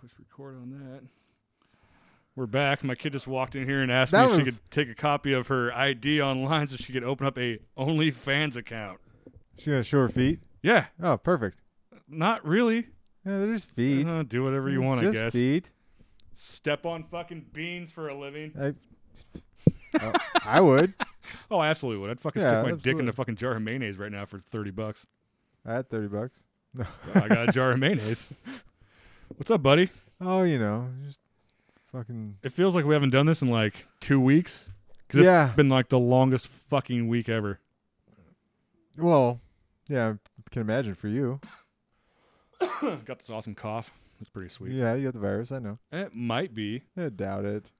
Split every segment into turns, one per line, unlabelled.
Push record on that. We're back. My kid just walked in here and asked me
That
if she
was-
could take a copy of her ID online so she could open up a OnlyFans account.
She gonna show her feet?
Yeah,
Oh, perfect.
not really.
Yeah, they're just feet.
Uh, do whatever you want, I
Just
guess.
feet.
Step on fucking beans for a living.
I, Oh, I would
Oh, I absolutely would. I'd fucking
Yeah,
stick my dick in
absolutely.
a fucking jar of mayonnaise right now for thirty bucks.
I had thirty bucks. No.
I got a jar of mayonnaise. What's up, buddy?
oh, you know, just fucking.
It feels like we haven't done this in like two weeks. 'Cause
Yeah.
it's been like the longest fucking week ever.
Well, yeah, I can imagine for you.
got this awesome cough. It's pretty sweet.
Yeah, you got the virus. I know.
It might be.
I doubt it.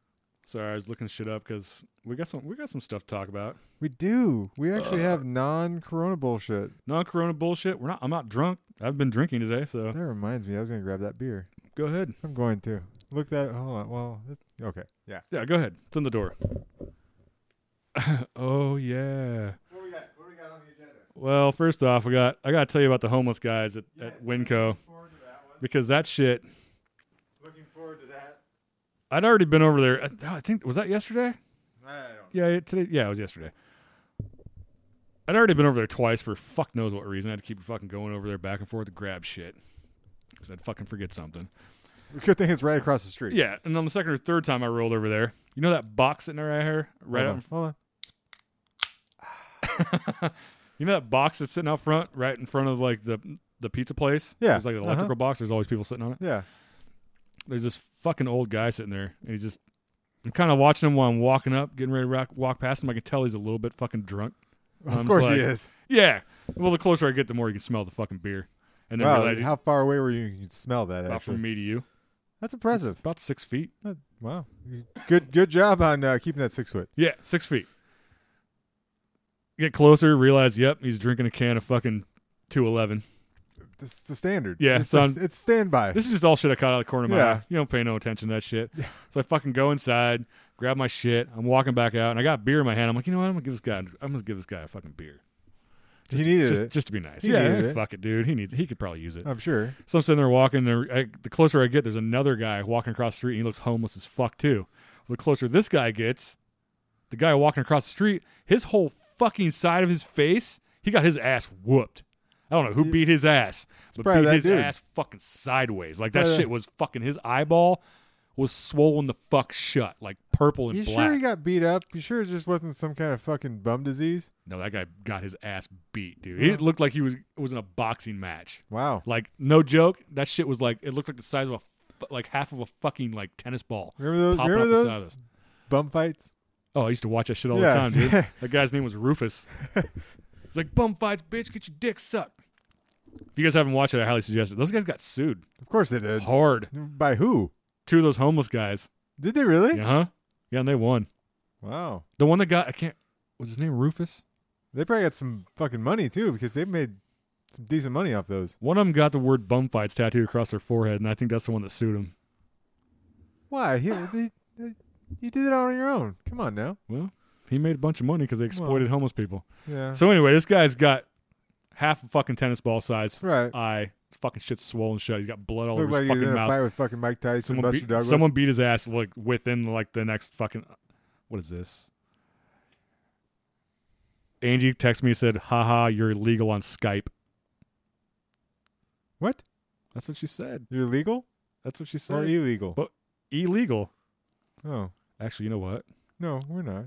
Sorry, I was looking shit up because we got some we got some stuff to talk about.
We do. We actually have non-corona bullshit.
Non corona bullshit. We're not I'm not drunk. I've been drinking today, so
That reminds me, I was gonna grab that beer.
go ahead.
I'm going to look that. Hold on. Well, it, okay. Yeah.
Yeah, go ahead. It's in the door. oh yeah.
What do we got? What do we got on the agenda?
Well, first off, I got I gotta tell you about the homeless guys at, at Winco.
Forward to that one.
Because that shit
Looking forward to that.
I'd already been over there. I, I think was that yesterday?
I don't.
Yeah, it- today. Yeah, it was yesterday. I'd already been over there twice for fuck knows what reason. I had to keep fucking going over there back and forth to grab shit because I'd fucking forget something.
Good thing it's right across the street.
Yeah, and on the second or third time I rolled over there, you know that box sitting right here, right
Hold
out.
on. Hold on.
You know that box that's sitting out front, right in front of like the the pizza place.
Yeah,
it's like an
uh-huh.
electrical box. There's always people sitting on it.
Yeah.
There's this fucking old guy sitting there, and he's just. I'm kind of watching him while I'm walking up, getting ready to rock, walk past him. I can tell he's a little bit fucking drunk.
Of
I'm
course
just
he
like-
is.
Yeah. Well, the closer I get, the more you can smell the fucking beer. And then
Wow.
realize
How far away were you? You could smell that.
about
Actually,
from me to you.
that's impressive.
About six feet.
That, wow. Good. Good job on uh, keeping that six foot.
Yeah, six feet. Get closer, realize, yep, he's drinking a can of fucking 211.
This is the standard.
Yeah,
It's,
so
it's, it's standby.
This is just all shit I caught out of the corner of my
Yeah.
eye. You don't pay no attention to that shit. So I fucking go inside, grab my shit. I'm walking back out, and I got beer in my hand. I'm like, you know what? I'm gonna give this guy. I'm gonna give this guy a fucking beer.
he needed
just,
it.
just to be nice.
He
yeah, eh,
needed it.
fuck it, dude. He needs. He could probably use it.
I'm sure.
So I'm sitting there walking. And I, the closer I get, there's another guy walking across the street, and he looks homeless as fuck too. The closer this guy gets, the guy walking across the street, his whole fucking side of his face, he got his ass whooped. I don't know who beat his ass, but
probably
beat
that
his
dude.
ass fucking sideways. Like that
Probably that-
shit was fucking his eyeball was swollen the fuck shut, like purple and
You
black.
sure he got beat up? You sure it just wasn't some kind of fucking bum disease?
no, that guy got his ass beat, dude. He looked like he was was in a boxing match.
Wow.
Like no joke, that shit was like it looked like the size of a fu- like half of a fucking like tennis ball.
Remember those?
popping
Remember
off the side
those
of us.
bum fights?
Oh, I used to watch that shit all the
Yeah.
time, dude. that guy's name was Rufus. It's like bum fights, bitch. Get your dick sucked. If you guys haven't watched it, I highly suggest it. Those guys got sued
Of course they did.
hard.
By who?
Two of those homeless guys.
Did they really?
Yeah, huh? Yeah, and they won.
Wow.
The one that got I can't was his name Rufus.
They probably got some fucking money too because they made some decent money off those.
One of them got the word bum fights tattooed across their forehead, and I think that's the one that sued him.
Why? He, they, they, you did it all on your own. Come on now.
Well, he made a bunch of money because they exploited homeless people.
Yeah.
So anyway, this guy's got half a fucking tennis ball size
right.
eye. His fucking shit's swollen shut. He's got blood all
Looked
over his
like he was in
fucking
a
mouth.
fight with fucking Mike Tyson,
someone,
Buster
beat,
Douglas.
someone beat his ass like within like the next fucking what is this? Angie texted me and said, haha, you're illegal on Skype.
What?
That's what she said.
You're legal
That's what she said.
or e-, illegal?
But- illegal.
oh
Actually, you know what?
no, we're not.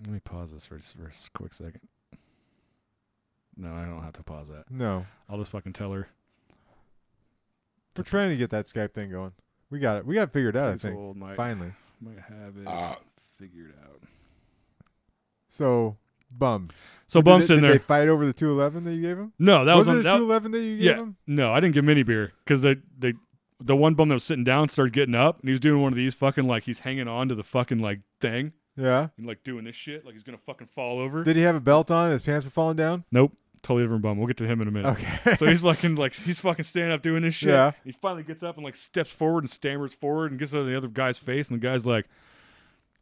Let me pause this for just for a s- quick second. No, I don't have to pause that.
No,
I'll just fucking tell her.
we're trying to get that Skype thing going. We got it. We got it figured out. I
Thanks,
think
old Mike.
finally.
Might have it
Uh,
figured out.
So bum.
So
Did
bumps
they,
in
did
there.
They fight over the two eleven that you gave him.
no, that was,
was
on,
it a
that,
two eleven that you gave
yeah.
him?
No, I didn't give him any beer because they they the one bum that was sitting down started getting up and he was doing one of these fucking like he's hanging on to the fucking like thing
Yeah.
and like doing this shit like he's gonna fucking fall over.
Did he have a belt on? His pants were falling down.
nope, totally different bum. We'll get to him in a minute.
Okay.
So he's fucking like he's fucking standing up doing this shit.
Yeah.
He finally gets up and like steps forward and stammers forward and gets out of the other guy's face and the guy's like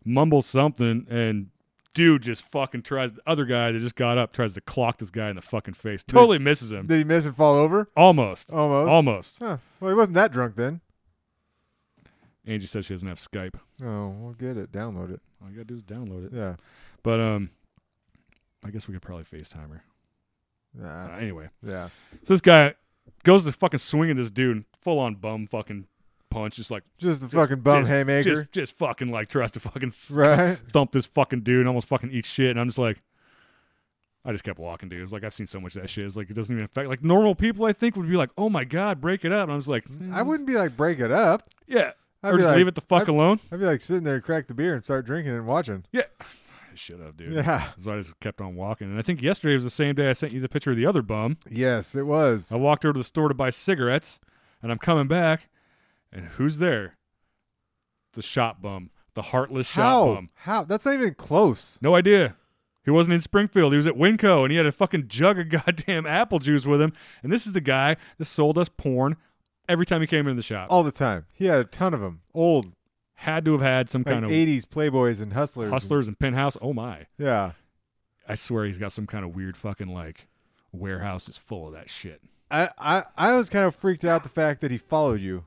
mumbles something and dude just fucking tries the other guy that just got up tries to clock this guy in the fucking face. Totally misses him.
Did he miss and fall over?
Almost.
Almost.
Almost.
Huh. Well, he wasn't that drunk then.
Angie says she doesn't have Skype.
Oh, we'll get it. Download it.
All you gotta do is download it.
Yeah.
But um, I guess we could probably FaceTime her. Uh,
Yeah.
anyway,
Yeah.
so this guy goes to fucking swinging this dude, full on bum fucking punch, just like
Just a fucking bum
just-
haymaker.
just just fucking like tries to fucking s-
right?
thump this fucking dude and almost fucking eat shit. And I'm just like, I just kept walking, dude. It's like I've seen so much of that shit. It's like it doesn't even affect. Like normal people, I think would be like, oh my god, break it up. And I was like, mm,
I wouldn't be like, break it up.
yeah,
I'd
or
be
just
like,
leave it the fuck
I'd-
alone.
I'd be like sitting there, crack the beer, and start drinking and watching.
Yeah, I should have, dude.
Yeah.
So I just kept on walking. And I think yesterday was the same day I sent you the picture of the other bum.
Yes, it was.
I walked over to the store to buy cigarettes, and I'm coming back, and who's there? The shop bum, the heartless shop
How?
bum.
How? That's not even close.
No idea. He wasn't in Springfield. He was at Winco, and he had a fucking jug of goddamn apple juice with him. And this is the guy that sold us porn every time he came into the shop.
All the time. He had a ton of them. Old,
Had to have had some
like
kind of
80s Playboys and Hustlers. and-
hustlers and penthouse. Oh my!
yeah.
I swear he's got some kind of weird fucking like warehouse is full of that shit.
I, I, I was kind of freaked out the fact that he followed you.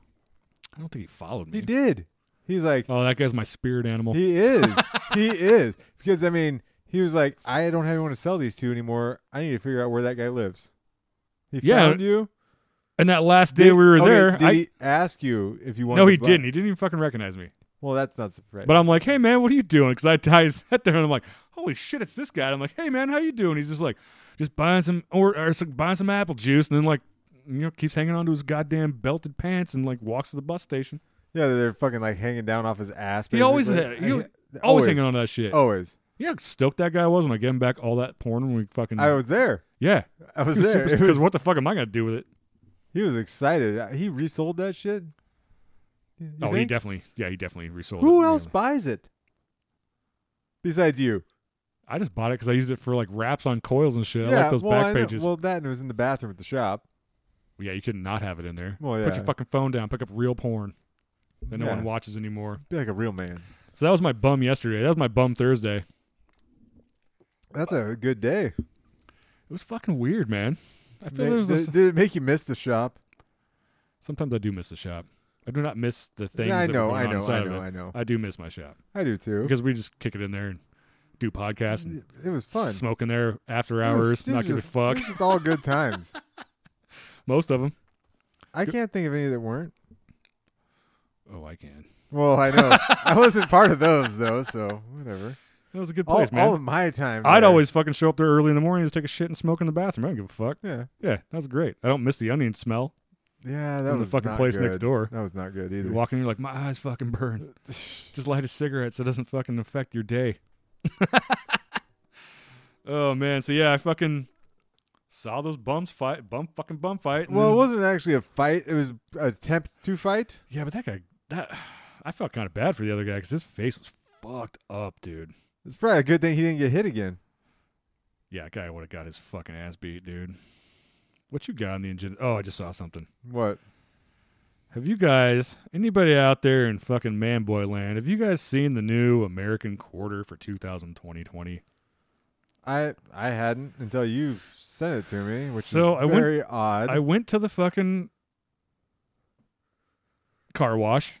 I don't think he followed me.
He did. He's like,
Oh, that guy's my spirit animal.
he is. he is. Because, I mean, he was like, I don't have anyone to sell these to anymore. I need to figure out where that guy lives. He
Yeah.
found you.
and that last day we were
okay,
there,
Did
I,
he ask you if you wanted
no,
to
he
buy-
didn't. He didn't even fucking recognize me.
Well, that's not surprising.
But I'm like, hey man, what are you doing? Because I, I sat there and I'm like, holy shit, it's this guy. And I'm like, hey man, how you doing? He's just like, just buying some or, or some, buying some apple juice, and then like, you know, keeps hanging on to his goddamn belted pants and like walks to the bus station.
yeah, they're fucking like hanging down off his ass.
He always
basically.
had- he
I-
always
always Oh.
Always hanging on to that shit.
Always.
You know how stoked that guy was when I gave him back all that porn when we fucking
I was there.
yeah.
I was
He was
there.
super
It
because
was-
what the fuck am I gonna do with it?
he was excited. Uh, He resold that shit. You
oh, he
think?
definitely yeah, he definitely resold.
Who
it,
else
really.
buys it besides you?
I just bought it because I used it for like wraps on coils and shit. I
yeah,
like those
well, I
back
know-
pages.
Well, that and it was in the bathroom at the shop.
Yeah, you could not have it in there.
Well,
Put
Oh, yeah.
your fucking phone down. Pick up real porn that no
Yeah.
one watches anymore.
Be like a real man.
So that was my bum yesterday. That was my bum Thursday.
That's a good day.
It was fucking weird, man. I feel
Ma-
there's
did,
a,
did it make you miss the shop?
sometimes I do miss the shop. I do not miss the things.
yeah, I
that were
know,
going
I
on
know,
inside
I
of
know,
it.
I know.
I do miss my shop
I do too.
because we just kick it in there and do podcasts and
It was fun.
smoke in there after
It was-
hours,
it was
not give a
just-
fuck.
It was just all good times.
Most of them.
I can't think of any that weren't.
Oh, I can.
Well, I know. I wasn't part of those though, so whatever.
That was a good
All,
place, man.
all of my time.
I'd
there-
always fucking show up there early in the morning, just take a shit and smoke in the bathroom. I don't give a fuck.
Yeah.
Yeah, that was great. I don't miss the onion smell.
Yeah, that
From the
was
fucking
not
place next
good.
door.
That was not good either.
You walk in, you're like, my eyes fucking burn. Just light a cigarette so it doesn't fucking affect your day. oh man, so yeah, I fucking saw those bums fight, bum fucking bum fight. and
Well, it
then-
wasn't actually a fight. It was an attempt to fight.
yeah, but that guy, that I felt kind of bad for the other guy because his face was fucked up, dude.
It's probably a good thing he didn't get hit again.
Yeah, that guy would have got his fucking ass beat, dude. What you got on the engine? Oh, I just saw something.
What?
Have you guys, anybody out there in fucking manboy land, have you guys seen the new American quarter for 2020?
I I hadn't until you sent it to me, which
So I
is
went-
very odd.
I went to the fucking car wash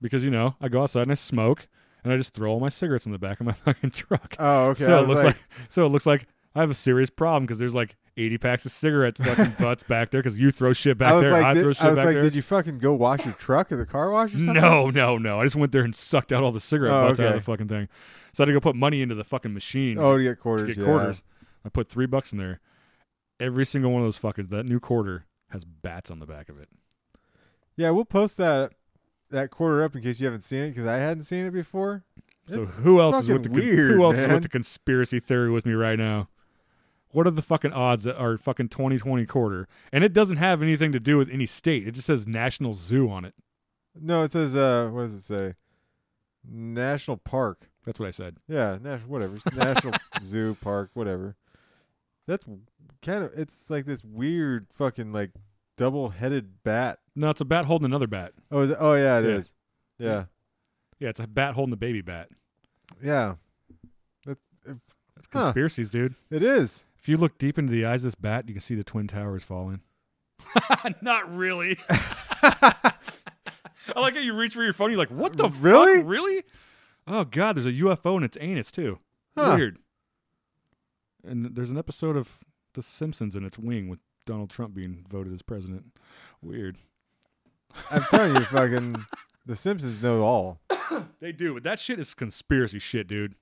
because you know I go outside and I smoke and I just throw all my cigarettes in the back of my fucking truck.
oh, okay.
So
I
it
was
looks
like,
like, so it looks like I have a serious problem because there's like 80 packs of cigarette fucking butts back there because you throw shit back
I was
there,
like,
I
did,
throw shit
I was
back
like,
there.
did you fucking go wash your truck at the car wash or something?
no, no, no. I just went there and sucked out all the cigarette
Oh,
butts out of
okay.
the fucking thing. So I had to go put money into the fucking machine
Oh, to get
to
quarters.
get
yeah.
quarters. I put three bucks in there. Every single one of those fuckers, that new quarter has bats on the back of it.
Yeah, we'll post that that quarter up in case you haven't seen it because I hadn't seen it before.
So
It's
who else is with the
fucking
con-
weird,
who else is
man.
with the conspiracy theory with me right now? What are the fucking odds that our fucking 2020 quarter? And it doesn't have anything to do with any state. It just says National Zoo on it.
No, it says uh, what does it say? National park.
That's what I said.
Yeah, national whatever. It's National zoo park, whatever. That's kind of it's like this weird fucking like double-headed bat.
No, it's a bat holding another bat.
Oh, is it, oh yeah, it
Yeah.
is. Yeah,
Yeah, it's a bat holding a baby bat.
yeah. That's
That's
Huh.
conspiracies, dude.
it is.
If you look deep into the eyes of this bat, you can see the twin towers falling. Not really. I like how you reach for your phone. You're like, what the
Really?
fuck? Really? Oh god, there's a UFO in its anus too.
Huh.
Weird. And there's an episode of The Simpsons in its wing with Donald Trump being voted as president. Weird.
I'm telling you, fucking the Simpsons know all.
They do, but that shit is conspiracy shit, dude.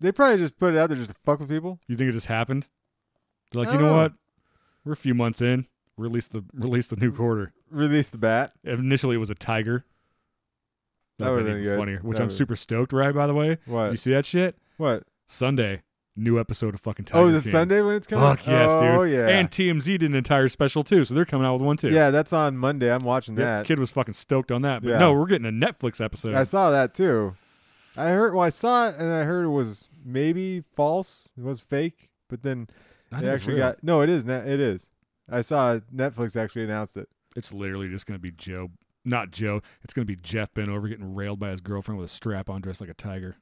They probably just put it out there just to fuck with people.
You think it just happened? They're like,
I
you know
don't know.
what? We're a few months in. Release the release the new quarter.
Release the bat.
Initially, it was a tiger.
That
would've
would've been
even
good.
funnier. Which
That
I'm
would've-
super stoked, right? By the way,
What?
you see that shit
what?
Sunday? New episode of fucking Tiger
oh, the
King.
Sunday when it's coming.
Fuck yes, dude.
Oh yeah.
And TMZ did an entire special too, so they're coming out with one too.
yeah, that's on Monday. I'm watching
Yep,
that.
kid was fucking stoked on that. But
Yeah.
no, we're getting a Netflix episode.
I saw that too. I heard. Well, I saw it and I heard it was maybe false. It was fake. But then
I think
it
it's
actually
real.
got. No, it is. ne- It is. I saw Netflix actually announced it.
It's literally just gonna be Joe, not Joe. It's gonna be Jeff Ben over getting railed by his girlfriend with a strap on, dressed like a tiger.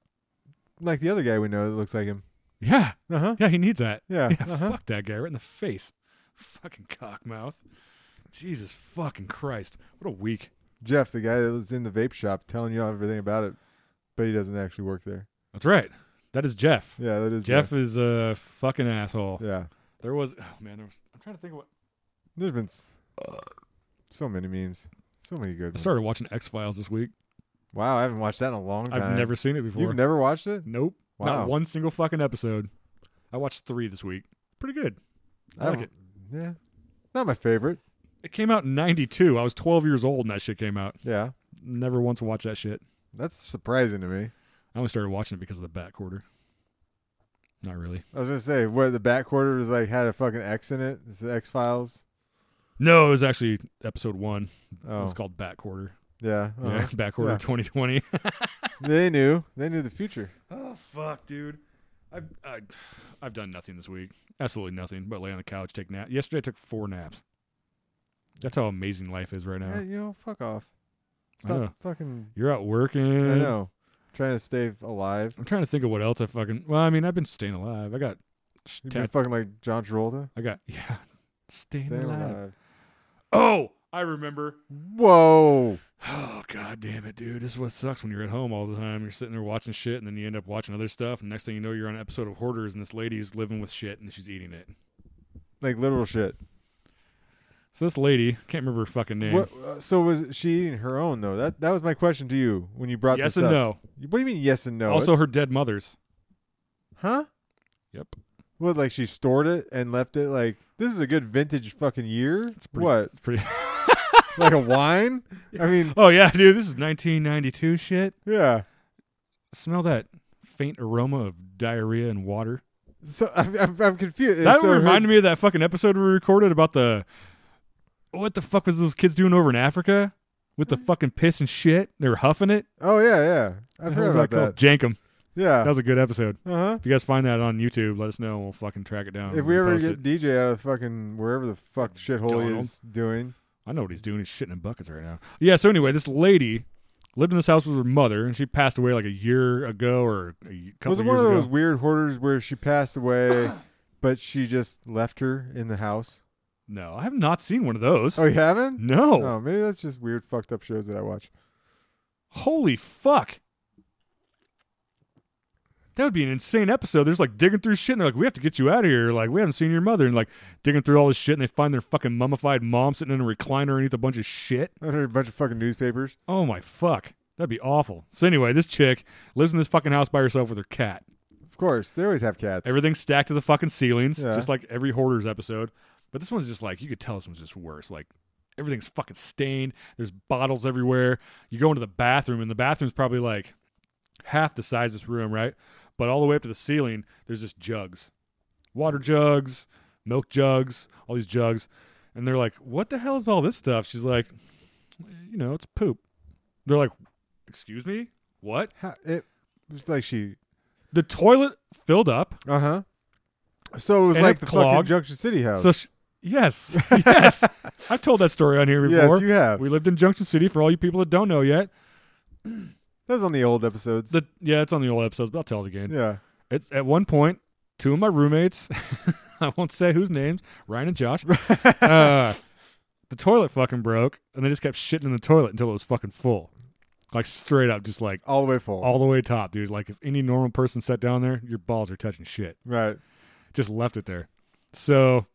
Like the other guy we know that looks like him.
Yeah,
Uh huh.
yeah, he needs that.
Yeah.
Yeah,
Uh huh.
fuck that guy right in the face. Fucking cockmouth. Jesus fucking Christ. What a week.
Jeff, the guy that was in the vape shop, telling you everything about it, but he doesn't actually work there.
That's right. That is Jeff.
Yeah, that is
Jeff is a fucking asshole.
Yeah.
There was oh man, there was I'm trying to think of what
There's been s- so many memes, so many good.
I
Ones.
started watching X Files this week.
Wow, I haven't watched that in a long time.
I've never seen it before.
You've never watched it?
nope.
Wow.
Not one single fucking episode. I watched three this week. Pretty good. I like
don't-
it.
Yeah. Not my favorite.
It came out in ninety two. I was twelve years old and that shit came out.
Yeah.
Never once watched that shit.
That's surprising to me.
I only started watching it because of the back quarter. Not really.
I was gonna say where the back quarter was like had a fucking X in it. It's the X Files.
No, it was actually episode one. It
Oh,
was called Back Quarter.
yeah.
Yeah,
uh-huh.
back order
Yeah.
2020.
they knew. They knew the future.
oh fuck, dude. I've I, I've done nothing this week. Absolutely nothing but lay on the couch, take nap. Yesterday I took four naps. That's how amazing life is right now.
Yeah, you know, fuck off.
I
Stop
know.
fucking.
You're out working.
I know. Trying to stay alive.
I'm trying to think of what else I fucking. Well, I mean, I've been staying alive. I got. sh-
You've been
tat-
fucking like John Travolta.
I got yeah. Staying,
Stay
alive.
alive.
Oh, I remember.
Whoa.
Oh god damn it, dude! This is what sucks when you're at home all the time. You're sitting there watching shit, and then you end up watching other stuff. And next thing you know, you're on an episode of Hoarders, and this lady's living with shit, and she's eating it.
Like literal shit.
So this lady, can't remember her fucking name.
What? Uh, so was she eating her own though? That that was my question to you when you brought
yes
this
and
up.
no.
You- What do you mean yes and no?
also,
It's-
her dead mother's.
huh?
Yep.
What? Like she stored it and left it. Like this is a good vintage fucking year.
pretty-
what?
It's pretty.
like a wine? I mean,
oh yeah, dude, this is 1992 shit.
yeah.
Smell that faint aroma of diarrhea and water.
So I'm, I'm, I'm confused.
That
so
reminded me of that fucking episode we recorded about the. What the fuck was those kids doing over in Africa with the fucking piss and shit? They were huffing it.
Oh yeah, yeah. I've
What the hell
heard
was
about
called?
that.
Jankum. That
Yeah.
was a good episode.
Uh huh.
If you guys find that on YouTube, let us know. and We'll fucking track it down.
If
and
we ever
Oh, post
get
it.
DJ out of fucking wherever the fuck shithole he
Donald.
is doing,
I know what he's doing. He's shitting in buckets right now. Yeah. So anyway, this lady lived in this house with her mother, and she passed away like a year ago or a y- couple
was it
years
one of those
ago.
weird hoarders where she passed away, but she just left her in the house?
No, I have not seen one of those.
Oh, you haven't?
no.
Oh, maybe that's just weird, fucked up shows that I watch.
Holy fuck. That would be an insane episode. They're just like digging through shit and they're like, we have to get you out of here. Like, we haven't seen your mother. And like digging through all this shit and they find their fucking mummified mom sitting in a recliner underneath a bunch of shit.
I heard a bunch of fucking newspapers.
Oh my fuck. That'd be awful. So anyway, this chick lives in this fucking house by herself with her cat.
Of course, they always have cats.
Everything's stacked to the fucking ceilings,
Yeah.
just like every hoarders episode. But this one's just like you could tell this one's just worse. Like everything's fucking stained. There's bottles everywhere. You go into the bathroom, and the bathroom's probably like half the size of this room, right? But all the way up to the ceiling, there's just jugs, water jugs, milk jugs, all these jugs, and they're like, "What the hell is all this stuff?" She's like, "You know, it's poop." They're like, "Excuse me, what?"
How, it was like she.
The toilet filled up.
Uh huh. So it was
Uh-huh. And
like
it
the fucking
clogged.
Junction City house.
So, sh yes, yes, I've told that story on here before.
yes, you have.
we lived in Junction City. For all you people that don't know yet,
that was on the old episodes.
the yeah, it's on the old episodes, but I'll tell it again.
yeah.
It's at one point, two of my roommates, I won't say whose names, Ryan and Josh, uh, The toilet fucking broke, and they just kept shitting in the toilet until it was fucking full, like straight up, just like
all the way full.
all the way top, dude. Like if any normal person sat down there, your balls are touching shit.
Right.
Just left it there. So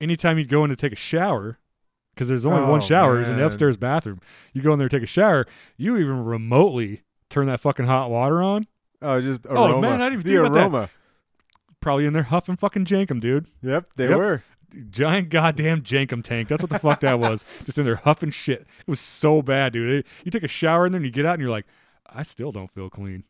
anytime you go in to take a shower, because there's only one
Oh,
shower, it's in the
man.
upstairs bathroom. You go in there and take a shower. You even remotely turn that fucking hot water on.
Oh, just
Oh,
aroma.
man, I didn't even
the
think about that.
aroma.
Probably in there huffing fucking jankum, dude.
Yep, they
Yep.
were.
giant goddamn jankum tank. That's what the fuck that was. Just in there huffing shit. It was so bad, dude. It- you take a shower in there and you get out and you're like, I still don't feel clean.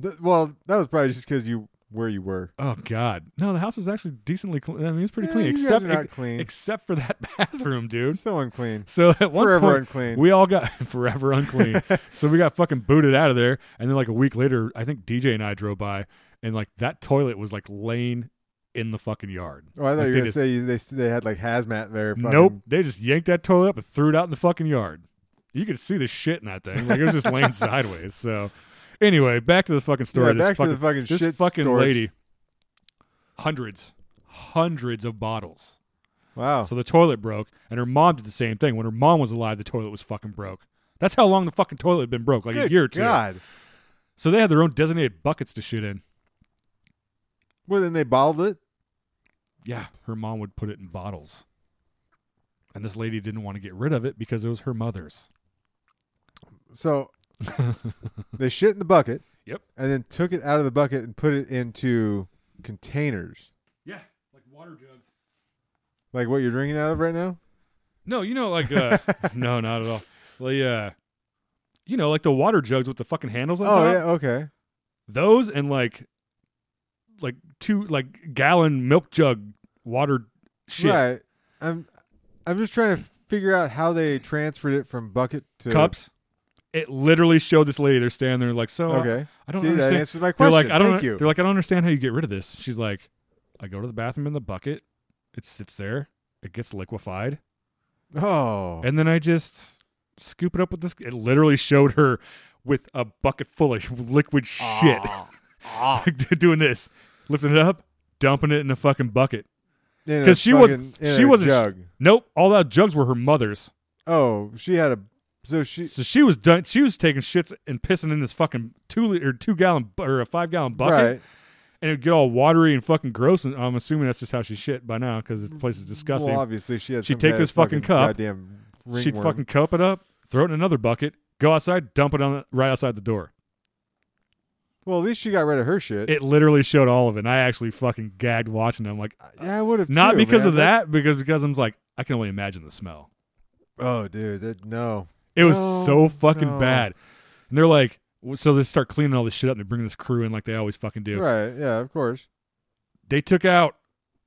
Th- well, that was probably just because you where you were.
Oh god, no. The house was actually decently clean. I mean, it was pretty
Yeah,
clean,
you guys
except
are not clean.
except for that bathroom, dude.
so unclean.
So at one
Forever
point,
unclean.
we all got forever unclean. so we got fucking booted out of there, and then like a week later, I think DJ and I drove by, and like that toilet was like laying in the fucking yard.
oh, I
Like,
thought you were
they
gonna
just-
say you- they s- they had like hazmat there. fucking-
Nope. They just yanked that toilet up and threw it out in the fucking yard. You could see the shit in that thing. Like it was just laying sideways. So anyway, back to the fucking story.
Yeah,
this
back
fucking,
to the fucking
this
shit
fucking
storage.
lady. Hundreds. Hundreds of bottles.
Wow.
So the toilet broke, and her mom did the same thing. When her mom was alive, the toilet was fucking broke. That's how long the fucking toilet had been broke, like a
Good
year or two.
God.
So they had their own designated buckets to shit in.
Well, then they bottled it.
Yeah, her mom would put it in bottles. And this lady didn't want to get rid of it because it was her mother's.
So they shit in the bucket.
Yep.
And then took it out of the bucket and put it into containers,
Yeah, like water jugs.
like what you're drinking out of right now.
No, you know, like uh, no, not at all. Like, uh, you know, like the water jugs with the fucking handles on
Oh
top.
yeah. Okay.
Those and like, like two like gallon milk jug water shit
Right. I'm I'm just trying to figure out how they transferred it from bucket to
cups. It literally showed this lady. They're standing there like, so uh,
Okay.
I don't
See that
understand.
answers my
They're
question.
like, I don't.
Thank you.
They're like, I don't understand how you get rid of this. She's like, I go to the bathroom in the bucket. It sits there. It gets liquefied.
oh.
And then I just scoop it up with this. It literally showed her with a bucket full of liquid shit,
Ah.
doing this, lifting it up, dumping it in a fucking bucket.
In a
'Cause she was-
fucking- in
she
a
wasn't-
jug.
Nope, all that jugs were her mother's.
Oh, she had a. So she
So she was done. She was taking shits and pissing in this fucking two liter, two gallon bu- or a five gallon bucket,
right.
and it'd get all watery and fucking gross. And I'm assuming that's just how she shit by now because this place is disgusting.
Well, obviously she had.
She'd
some
take
kind
this
of
fucking cup.
Goddamn.
She'd
ringworm.
fucking cup it up, throw it in another bucket, go outside, dump it on the, right outside the door.
Well, at least she got rid of her shit.
It literally showed all of it. And I actually fucking gagged watching. It. I'm like,
yeah, I would have.
not
too,
because
man.
of that, because because I'm like, I can only imagine the smell.
Oh, dude, that no.
It was
No,
so fucking
Oh, no.
bad. And they're like, w- so they start cleaning all this shit up and they bring this crew in like they always fucking do.
Right? Yeah, of course.
They took out.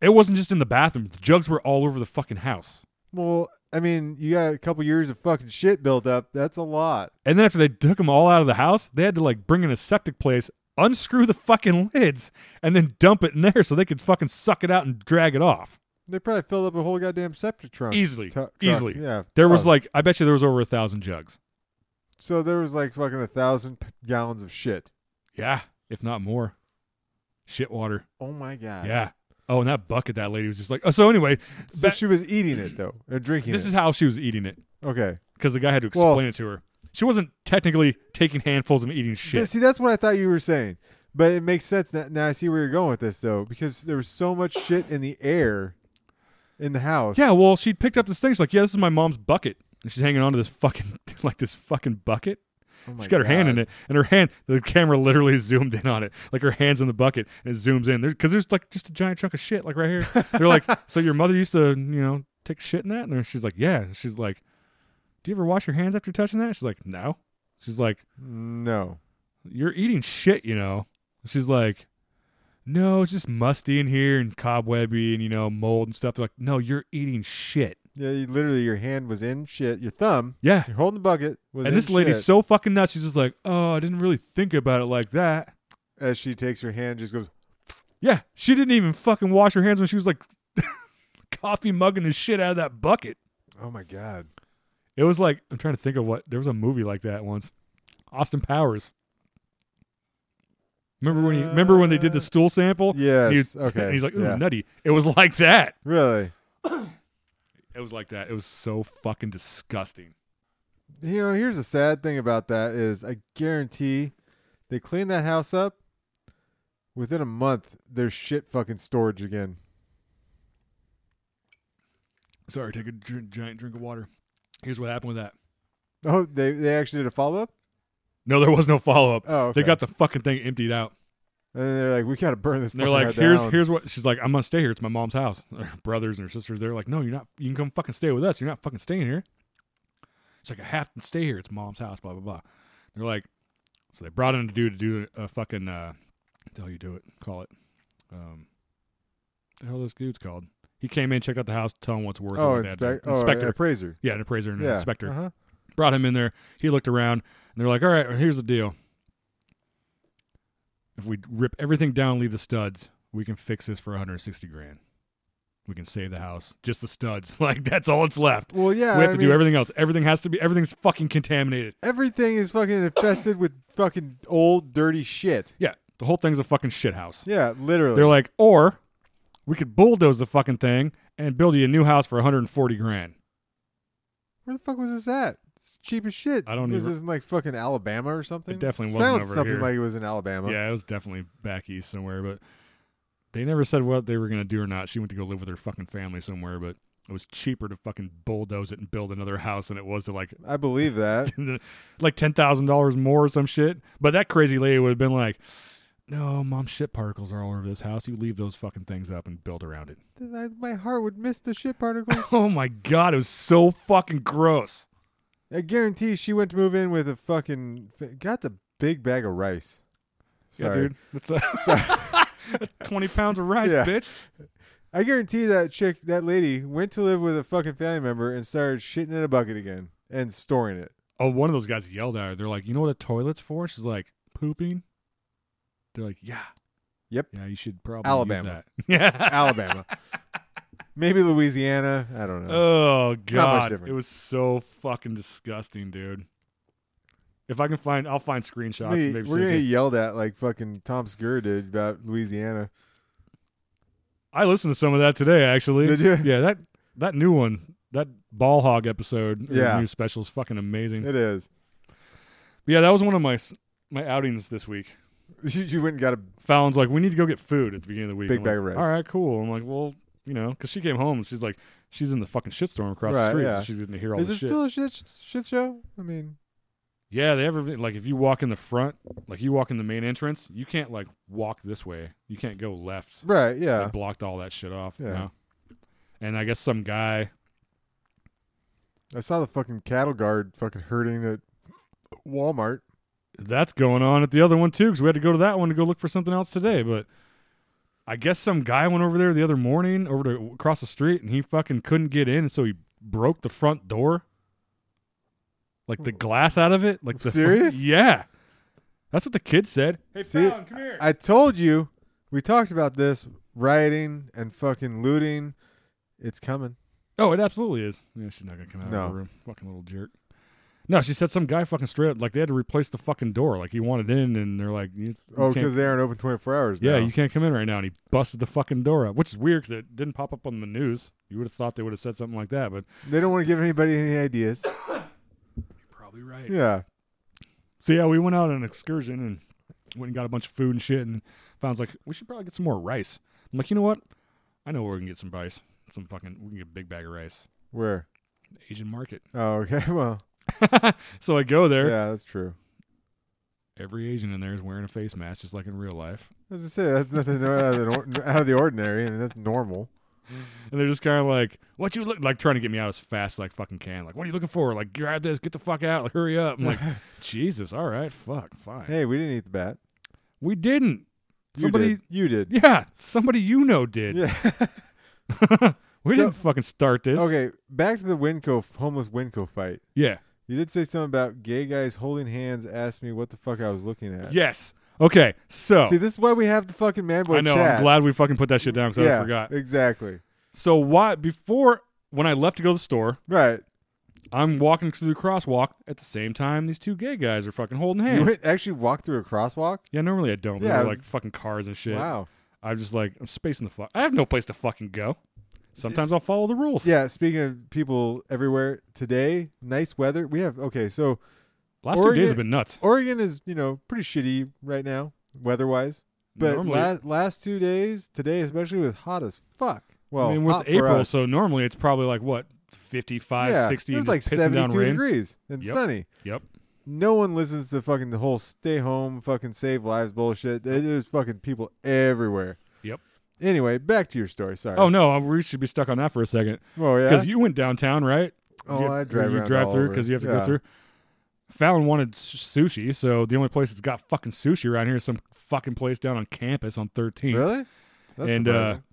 It wasn't just in the bathroom. The jugs were all over the fucking house.
Well, I mean, you got a couple years of fucking shit built up. That's a lot.
And then after they took them all out of the house, they had to like bring in a septic place, unscrew the fucking lids, and then dump it in there so they could fucking suck it out and drag it off
They probably filled up a whole goddamn septic trunk.
easily.
Tu- truck.
easily.
Yeah.
There was
Oh,
like, I bet you there was over a thousand jugs.
so there was like fucking a thousand p- gallons of shit.
Yeah, if not more. Shit water.
Oh my god.
Yeah. Oh, and that bucket that lady was just like. Oh, so anyway,
So
ba-
she was eating it though, and drinking
this
it.
is how she was eating it
okay.
because the guy had to explain
Well-
it to her. She wasn't technically taking handfuls and eating shit.
Yeah, See, that's what I thought you were saying, but it makes sense now. Now I see where you're going with this though, because there was so much shit in the air, in the house.
yeah, well, she picked up this thing. She's like, "Yeah, this is my mom's bucket," and she's hanging on to this fucking like this fucking bucket.
Oh my
She's got her hand in
God.
it, and her hand. The camera literally zoomed in on it, like her hands in the bucket, and it zooms in. There's because there's like just a giant chunk of shit, like right here. They're like, so your mother used to, you know, take shit in that, and then she's like, yeah. And she's like, do you ever wash your hands after touching that? She's like, no. She's like,
No.
you're eating shit, you know. She's like, no, it's just musty in here and cobwebby and you know mold and stuff. They're like, no, you're eating shit.
Yeah, you, literally, your hand was in shit. Your thumb,
Yeah.
you're holding the bucket. Was
And
in
this lady's
shit.
so fucking nuts. She's just like, oh, I didn't really think about it like that.
as she takes her hand, just goes.
Yeah, she didn't even fucking wash her hands when she was like coffee mugging the shit out of that bucket.
Oh my god.
It was like I'm trying to think of what there was a movie like that once. Austin Powers. Remember when he, remember when they did the stool sample?
Yes.
Oh, And he-
okay.
and he's like, ooh,
yeah.
nutty. It was like that.
really?
It was like that. It was so fucking disgusting.
You know, here's the sad thing about that is I guarantee they clean that house up within a month there's shit fucking storage again.
Sorry, take a dr- giant drink of water. Here's what happened with that.
Oh, they they actually did a follow up?
No, there was no follow up.
Oh, okay.
They got the fucking thing emptied out.
and they're like, we gotta burn this.
And they're
fucking
like,
guy
here's
down."
here's what she's like. I'm gonna stay here. It's my mom's house. Her brothers and her sisters. They're like, no, you're not. You can come fucking stay with us. You're not fucking staying here. She's like, I have to stay here. It's mom's house. Blah blah blah. They're like, so they brought in a dude to do a fucking uh, what the hell you do it. Call it. Um, the hell this dude's called. He came in, checked out the house, tell him what's worth.
oh,
and what they had
inspec-
done.
oh,
inspector.
appraiser.
yeah, an appraiser and an
yeah,
inspector
Uh-huh.
brought him in there. He looked around, and they're like, "All right, here's the deal. If we rip everything down, leave the studs, we can fix this for 160 grand. We can save the house, just the studs. Like that's all it's left.
Well, yeah,
we have
I
to
mean,
do everything else. Everything has to be. Everything's fucking contaminated.
Everything is fucking infested with fucking old dirty shit.
Yeah, the whole thing's a fucking shit house.
Yeah, literally.
They're like, or we could bulldoze the fucking thing and build you a new house for 140 grand.
Where the fuck was this at? It's cheap as shit.
I don't
This
even-
isn't like fucking Alabama or something.
definitely wasn't
sounds
over
something
here.
like it was in Alabama.
Yeah, it was definitely back east somewhere, but they never said what they were going to do or not. She went to go live with her fucking family somewhere, but it was cheaper to fucking bulldoze it and build another house than it was to like
I believe that.
like $10,000 more or some shit. But that crazy lady would have been like, "No, mom, shit particles are all over this house. You leave those fucking things up and build around it."
I, my heart would miss the shit particles.
Oh my god, it was so fucking gross.
I guarantee she went to move in with a fucking got the big bag of rice. Sorry.
Yeah, dude. That's uh, 20 pounds of rice,
Yeah.
bitch.
I guarantee that chick, that lady, went to live with a fucking family member and started shitting in a bucket again and storing it.
Oh, one of those guys yelled at her. They're like, "You know what a toilet's for?" She's like, "Pooping." They're like, "Yeah."
Yep.
Yeah, you should probably
Alabama.
use that. Yeah.
Alabama, maybe Louisiana. I don't know.
Oh god,
different.
it was so fucking disgusting, dude. If I can find, I'll find screenshots.
We-
and maybe
we're
send it
gonna
to
get
you.
yelled at like fucking Tom Segura did about Louisiana.
I listened to some of that today, actually.
Did you?
Yeah that that new one, that ball hog episode, or
Yeah.
new special is fucking amazing.
It is.
But yeah, that was one of my s- my outings this week.
You, you went and got a
Fallon's like, we need to go get food at the beginning of the week.
Big
I'm
bag
like,
of rice.
All right, cool. I'm like, well, you know, because she came home and she's like, she's in the fucking shitstorm across
Right,
the street.
yeah.
So she's going to hear all
Is
this
it
shit.
still a shit shit show? I mean,
yeah, they ever like if you walk in the front, like you walk in the main entrance, you can't like walk this way. You can't go left.
right?
They
Yeah.
blocked all that shit off. you
Yeah.
know? And I guess some guy.
I saw the fucking cattle guard fucking herding at Walmart.
That's going on at the other one too, because we had to go to that one to go look for something else today. But I guess some guy went over there the other morning, over to across the street, and he fucking couldn't get in, so he broke the front door, like the glass out of it. Like the
Serious?
yeah, that's what the kid said. Hey,
See,
Fallon, come here.
I told you. We talked about this rioting and fucking looting. It's coming.
oh, it absolutely is. Yeah, she's not gonna come out
No.
of her room. Fucking little jerk. No, she said some guy fucking straight up like they had to replace the fucking door. Like he wanted in, and they're like, you, you
Oh,
can't
because they aren't open 24 hours now.
Yeah, you can't come in right now. And he busted the fucking door up, which is weird because it didn't pop up on the news. You would have thought they would have said something like that, but
They don't want to give anybody any ideas.
you're probably right.
Yeah.
So yeah, we went out on an excursion and went and got a bunch of food and shit, and found like we should probably get some more rice. I'm like, you know what? I know where we can get some rice. Some fucking we can get a big bag of rice.
Where?
Asian market.
Oh, okay. Well,
So I go there.
yeah, that's true.
Every Asian in there is wearing a face mask, just like in real life.
As I say, that's nothing out of the, nor- out of the ordinary. I mean, that's normal.
And they're just kind of like, "What you look like?" Trying to get me out as fast as I fucking can. Like, what are you looking for? Like, grab this, get the fuck out, like, hurry up. I'm like, Jesus, all right, fuck, fine.
Hey, we didn't eat the bat.
We didn't.
You
somebody,
did. You did.
yeah, somebody you know did.
Yeah.
we
So-
didn't fucking start this.
okay, back to the Winco, homeless Winco fight.
Yeah.
You did say something about gay guys holding hands. Asked me what the fuck I was looking at.
Yes. Okay. So
See, this is why we have the fucking manboy
I know.
chat.
I'm glad we fucking put that shit down because
yeah,
I forgot.
Exactly.
So why before when I left to go to the store,
Right.
I'm walking through the crosswalk at the same time these two gay guys are fucking holding
You
hands.
went, actually walked through a crosswalk.
yeah, normally I don't.
Yeah,
Yeah,
I
are
was-
like fucking cars and shit.
Wow.
I'm just like I'm spacing the fuck. I have no place to fucking go. Sometimes I'll follow the rules.
Yeah, speaking of people everywhere today, nice weather. We have okay, so
Last two
Oregon-
days have been nuts.
Oregon is you know pretty shitty right now weather-wise, but
Normally-
last last two days today especially was hot as fuck. Well,
I mean, it's
hot for
April,
us.
so normally it's probably like what 55,
yeah,
60,
it was
just
like
pissing down rain.
degrees and
Yep.
sunny.
Yep.
No one listens to fucking the whole stay home, fucking save lives bullshit. There- There's fucking people everywhere.
Yep.
Anyway, back to your story. Sorry.
Oh no, we should be stuck on that for a second
well, yeah.
because you went downtown, right?
oh,
you,
I drive
you
around
drive
all
through
over.
because you have to
Yeah.
go through. Fallon wanted s- sushi, so the only place that's got fucking sushi around here is some fucking place down on campus on 13th.
Really? That's
And, uh,
surprising.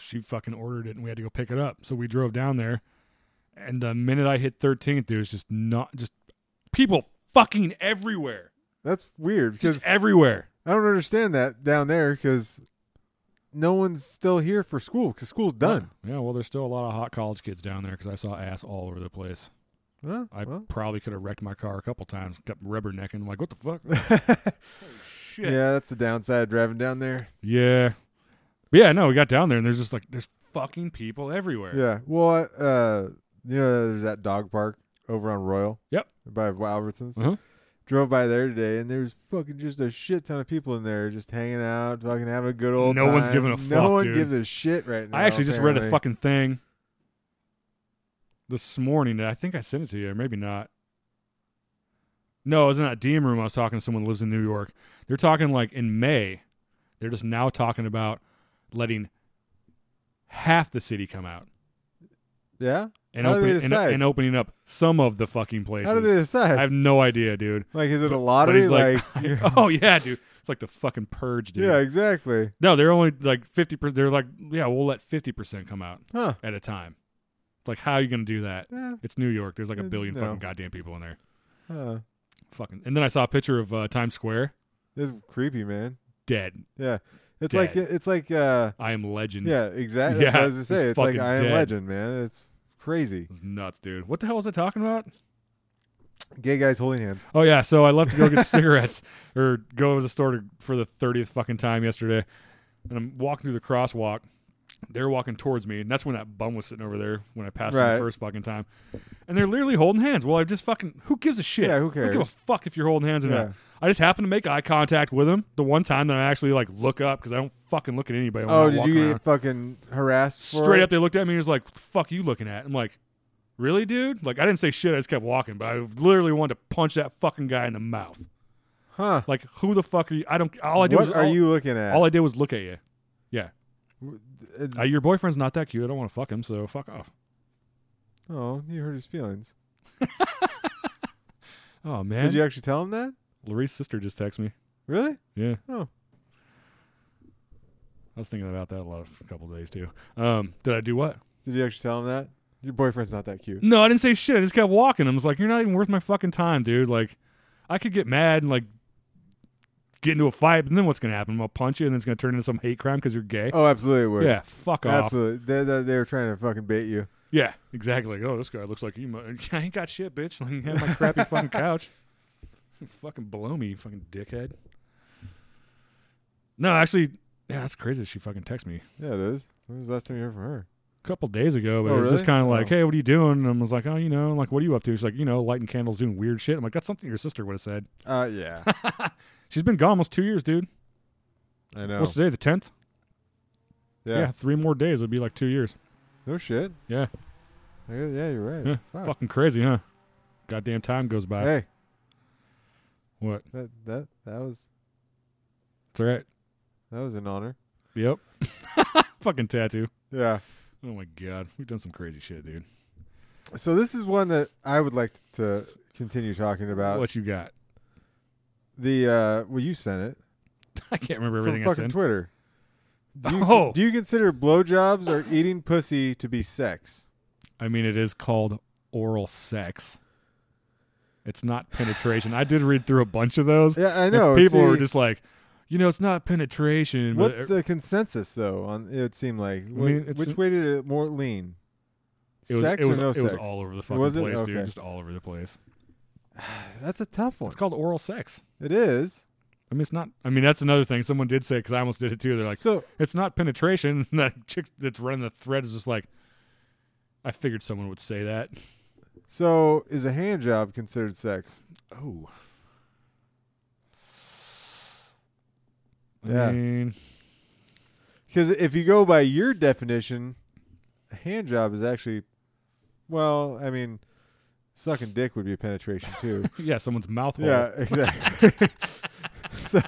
She fucking ordered it, and we had to go pick it up. So we drove down there, and the minute I hit 13th, there was just not just people fucking everywhere,
that's weird because
just everywhere.
I don't understand that down there because no one's still here for school because school's done.
Yeah, well, there's still a lot of hot college kids down there because I saw ass all over the place.
Huh?
I
Well.
probably could have wrecked my car a couple times. Got rubbernecking. I'm like, what the fuck? Shit.
yeah, that's the downside of driving down there.
Yeah. But yeah, no, we got down there and there's just like there's fucking people everywhere.
Yeah. Well, uh, you know, there's that dog park over on Royal.
Yep.
By Albertsons.
Uh-huh.
Drove by there today, and there's fucking just a shit ton of people in there, just hanging out, fucking having a good old.
No one's
time.
giving a
No
fuck,
one
dude.
gives a shit right now.
I actually just read a
apparently.
fucking thing this morning that I think I sent it to you, or maybe not. No, it was in that DM room I was talking to someone who lives in New York. They're talking like in May, they're just now talking about letting half the city come out
Yeah.
and
How do they
opening and,
decide?
and opening up some of the fucking places.
How do they
I
decide?
have no idea, dude.
like, is it a
But
lottery?
he's like,
yeah,
oh yeah, dude. It's like the fucking purge, dude.
yeah, exactly.
No, they're only like fifty. percent They're like, yeah, we'll let fifty percent come out
Huh.
at a time. Like, how are you gonna do that?
Yeah.
It's New York. There's like a
Uh,
billion
no.
fucking goddamn people in there.
Huh.
Fucking. And then I saw a picture of uh, Times Square.
It's creepy, man.
Dead.
Yeah. It's
Dead.
like it's like uh
I am legend.
yeah, exactly. That's
Yeah,
what I was gonna
it's
say. It's like
fucking
I am
dead.
legend, man. It's crazy.
It was nuts, dude. What the hell was I talking about?
Gay guys holding hands.
Oh yeah, so I left to go get cigarettes or go to the store to, for the thirtieth fucking time yesterday, and I'm walking through the crosswalk. They're walking towards me, and that's when that bum was sitting over there when I passed him
Right.
the first fucking time. And they're literally holding hands. Well, I just fucking who gives a shit?
Yeah, who
I don't give a
cares?
fuck if you're holding hands or
Yeah.
not. I just happened to make eye contact with him the one time that I actually like look up because I don't fucking look at anybody. When
Oh,
I'm
did you
walking
get
around.
fucking harassed? for
Straight
it?
up, they looked at me and was like, "What the fuck you looking at?" I'm like, "Really, dude?" Like I didn't say shit. I just kept walking, but I literally wanted to punch that fucking guy in the mouth.
Huh?
Like, who the fuck are you? I don't. All I did
what
was
are
all,
you looking at?
All I did was look at you.
It-
Uh, your boyfriend's not that cute. I don't want to fuck him, so fuck off.
oh, you hurt his feelings.
Oh man,
Did you actually tell him that?
Larise's sister just texted me.
Really?
Yeah.
Oh.
I was thinking about that a lot of a couple days too. Um, did I do what?
Did you actually tell him that? Your boyfriend's not that cute.
No, I didn't say shit. I just kept walking. I was like, you're not even worth my fucking time, dude. Like, I could get mad and like get into a fight, and then what's gonna happen? I'm gonna punch you, and then it's gonna turn into some hate crime because you're gay.
Oh, absolutely it would.
yeah, fuck off.
absolutely. They, they, they were trying to fucking bait you.
Yeah, exactly. Like, oh, this guy looks like he. mu- I ain't got shit, bitch. Like, have my crappy fucking couch. fucking below me, you fucking dickhead. No, actually, yeah, that's crazy. that She fucking texted me
Yeah, it is. When was the last time you heard from her?
a couple days ago, but
Oh,
it was just
really?
kind of like,
Oh.
hey, what are you doing? And I was like, oh, you know, like, what are you up to? She's like, you know, lighting candles, doing weird shit. I'm like, that's something your sister would have said.
Uh, yeah.
She's been gone almost two years, dude.
I know.
What's today, the tenth?
yeah.
three more days would be like two years.
No shit.
Yeah,
I guess- Yeah, you're right.
Yeah,
Fuck.
fucking crazy, huh? Goddamn time goes by.
Hey,
What?
that that that was
It's all right.
that was an honor.
Yep. fucking tattoo.
Yeah.
Oh my god, we've done some crazy shit, dude.
So this is one that I would like to continue talking about.
what you got?
The uh well you sent it
I can't remember
from
everything I
fucking
said.
Twitter. Do you,
Oh.
do you consider blowjobs or eating pussy to be sex?
I mean, it is called oral sex. It's not penetration. I did read through a bunch of those.
Yeah, I
and
know.
people were
see,
just like, you know, it's not penetration. but
What's
it-
the consensus though? On it seemed like Wh-
mean, it's-
which way did it more lean?
it was,
sex
it was,
or no
it
sex?
was all over the fucking
Was it?
place,
Okay.
dude. Just all over the place.
That's a tough one.
It's called oral sex.
It is.
I mean, it's not. I mean, that's another thing. Someone did say because I almost did it too. They're like,
so
it's not penetration. And that chick that's running the thread is just like, I figured someone would say that.
so is a hand job considered sex?
Oh. I
Yeah.
mean,
Because if you go by your definition, a hand job is actually, well, I mean, sucking dick would be a penetration too.
yeah, someone's mouth hole.
yeah, exactly. so,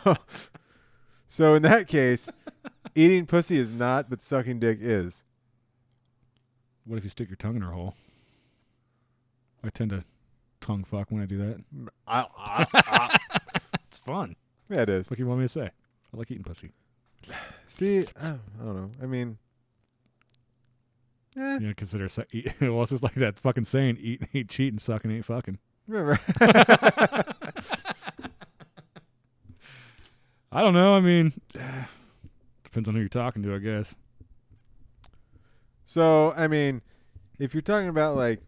so in that case, eating pussy is not, but sucking dick is.
What if you stick your tongue in her hole? I tend to tongue fuck when I do that.
I, I, ah.
It's fun.
yeah, it is.
It's like you want me to say. I like eating pussy.
See, I don't, I don't know. I mean, eh,
You know, consider se- eat, well, it's just like that fucking saying: eat, eat, cheat, and suck, and ain't fucking.
remember?
I don't know. I mean, depends on who you're talking to, I guess.
so, I mean, if you're talking about like,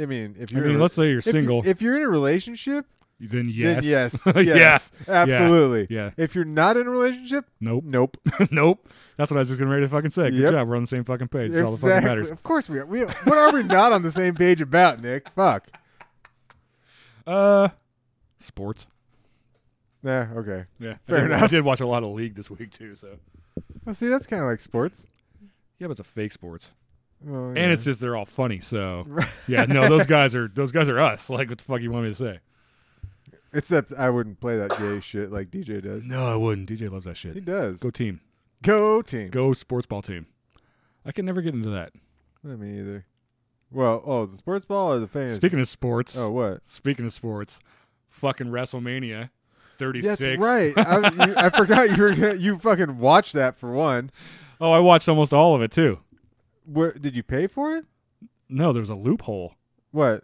I mean, if
I
you're
mean, let's say you're
if you-
single,
if you're in a relationship,
then yes,
then yes,
Yeah.
yes, absolutely.
yeah,
If you're not in a relationship,
nope,
nope.
nope. That's what I was just getting ready to fucking say. Good
Yep.
job, we're on the same fucking page. That's all that fucking
exactly.
matters.
Of course we are. We, what are we not on the same page about, Nick? Fuck.
Uh, sports.
Nah. Okay.
Yeah,
Fair
I did, I
enough.
did watch a lot of league this week too. So
Well, see, that's kind of like sports.
yeah, but it's a fake sports,
Well, yeah.
and it's just they're all funny. So yeah, no, those guys are those guys are us. Like, what the fuck you want me to say?
except I wouldn't play that gay shit like DJ does.
No, I wouldn't. DJ loves that
He
shit.
does.
Go team.
Go team.
Go sports ball team. I can never get into that.
Not me either. Well, oh, the sports ball or the fans?
Speaking of sports,
oh, what?
speaking of sports, fucking WrestleMania 36.
That's right. I, you, I forgot you were gonna, you fucking watched that for one.
Oh, I watched almost all of it too.
Where did you pay for it?
No, there's a loophole.
What?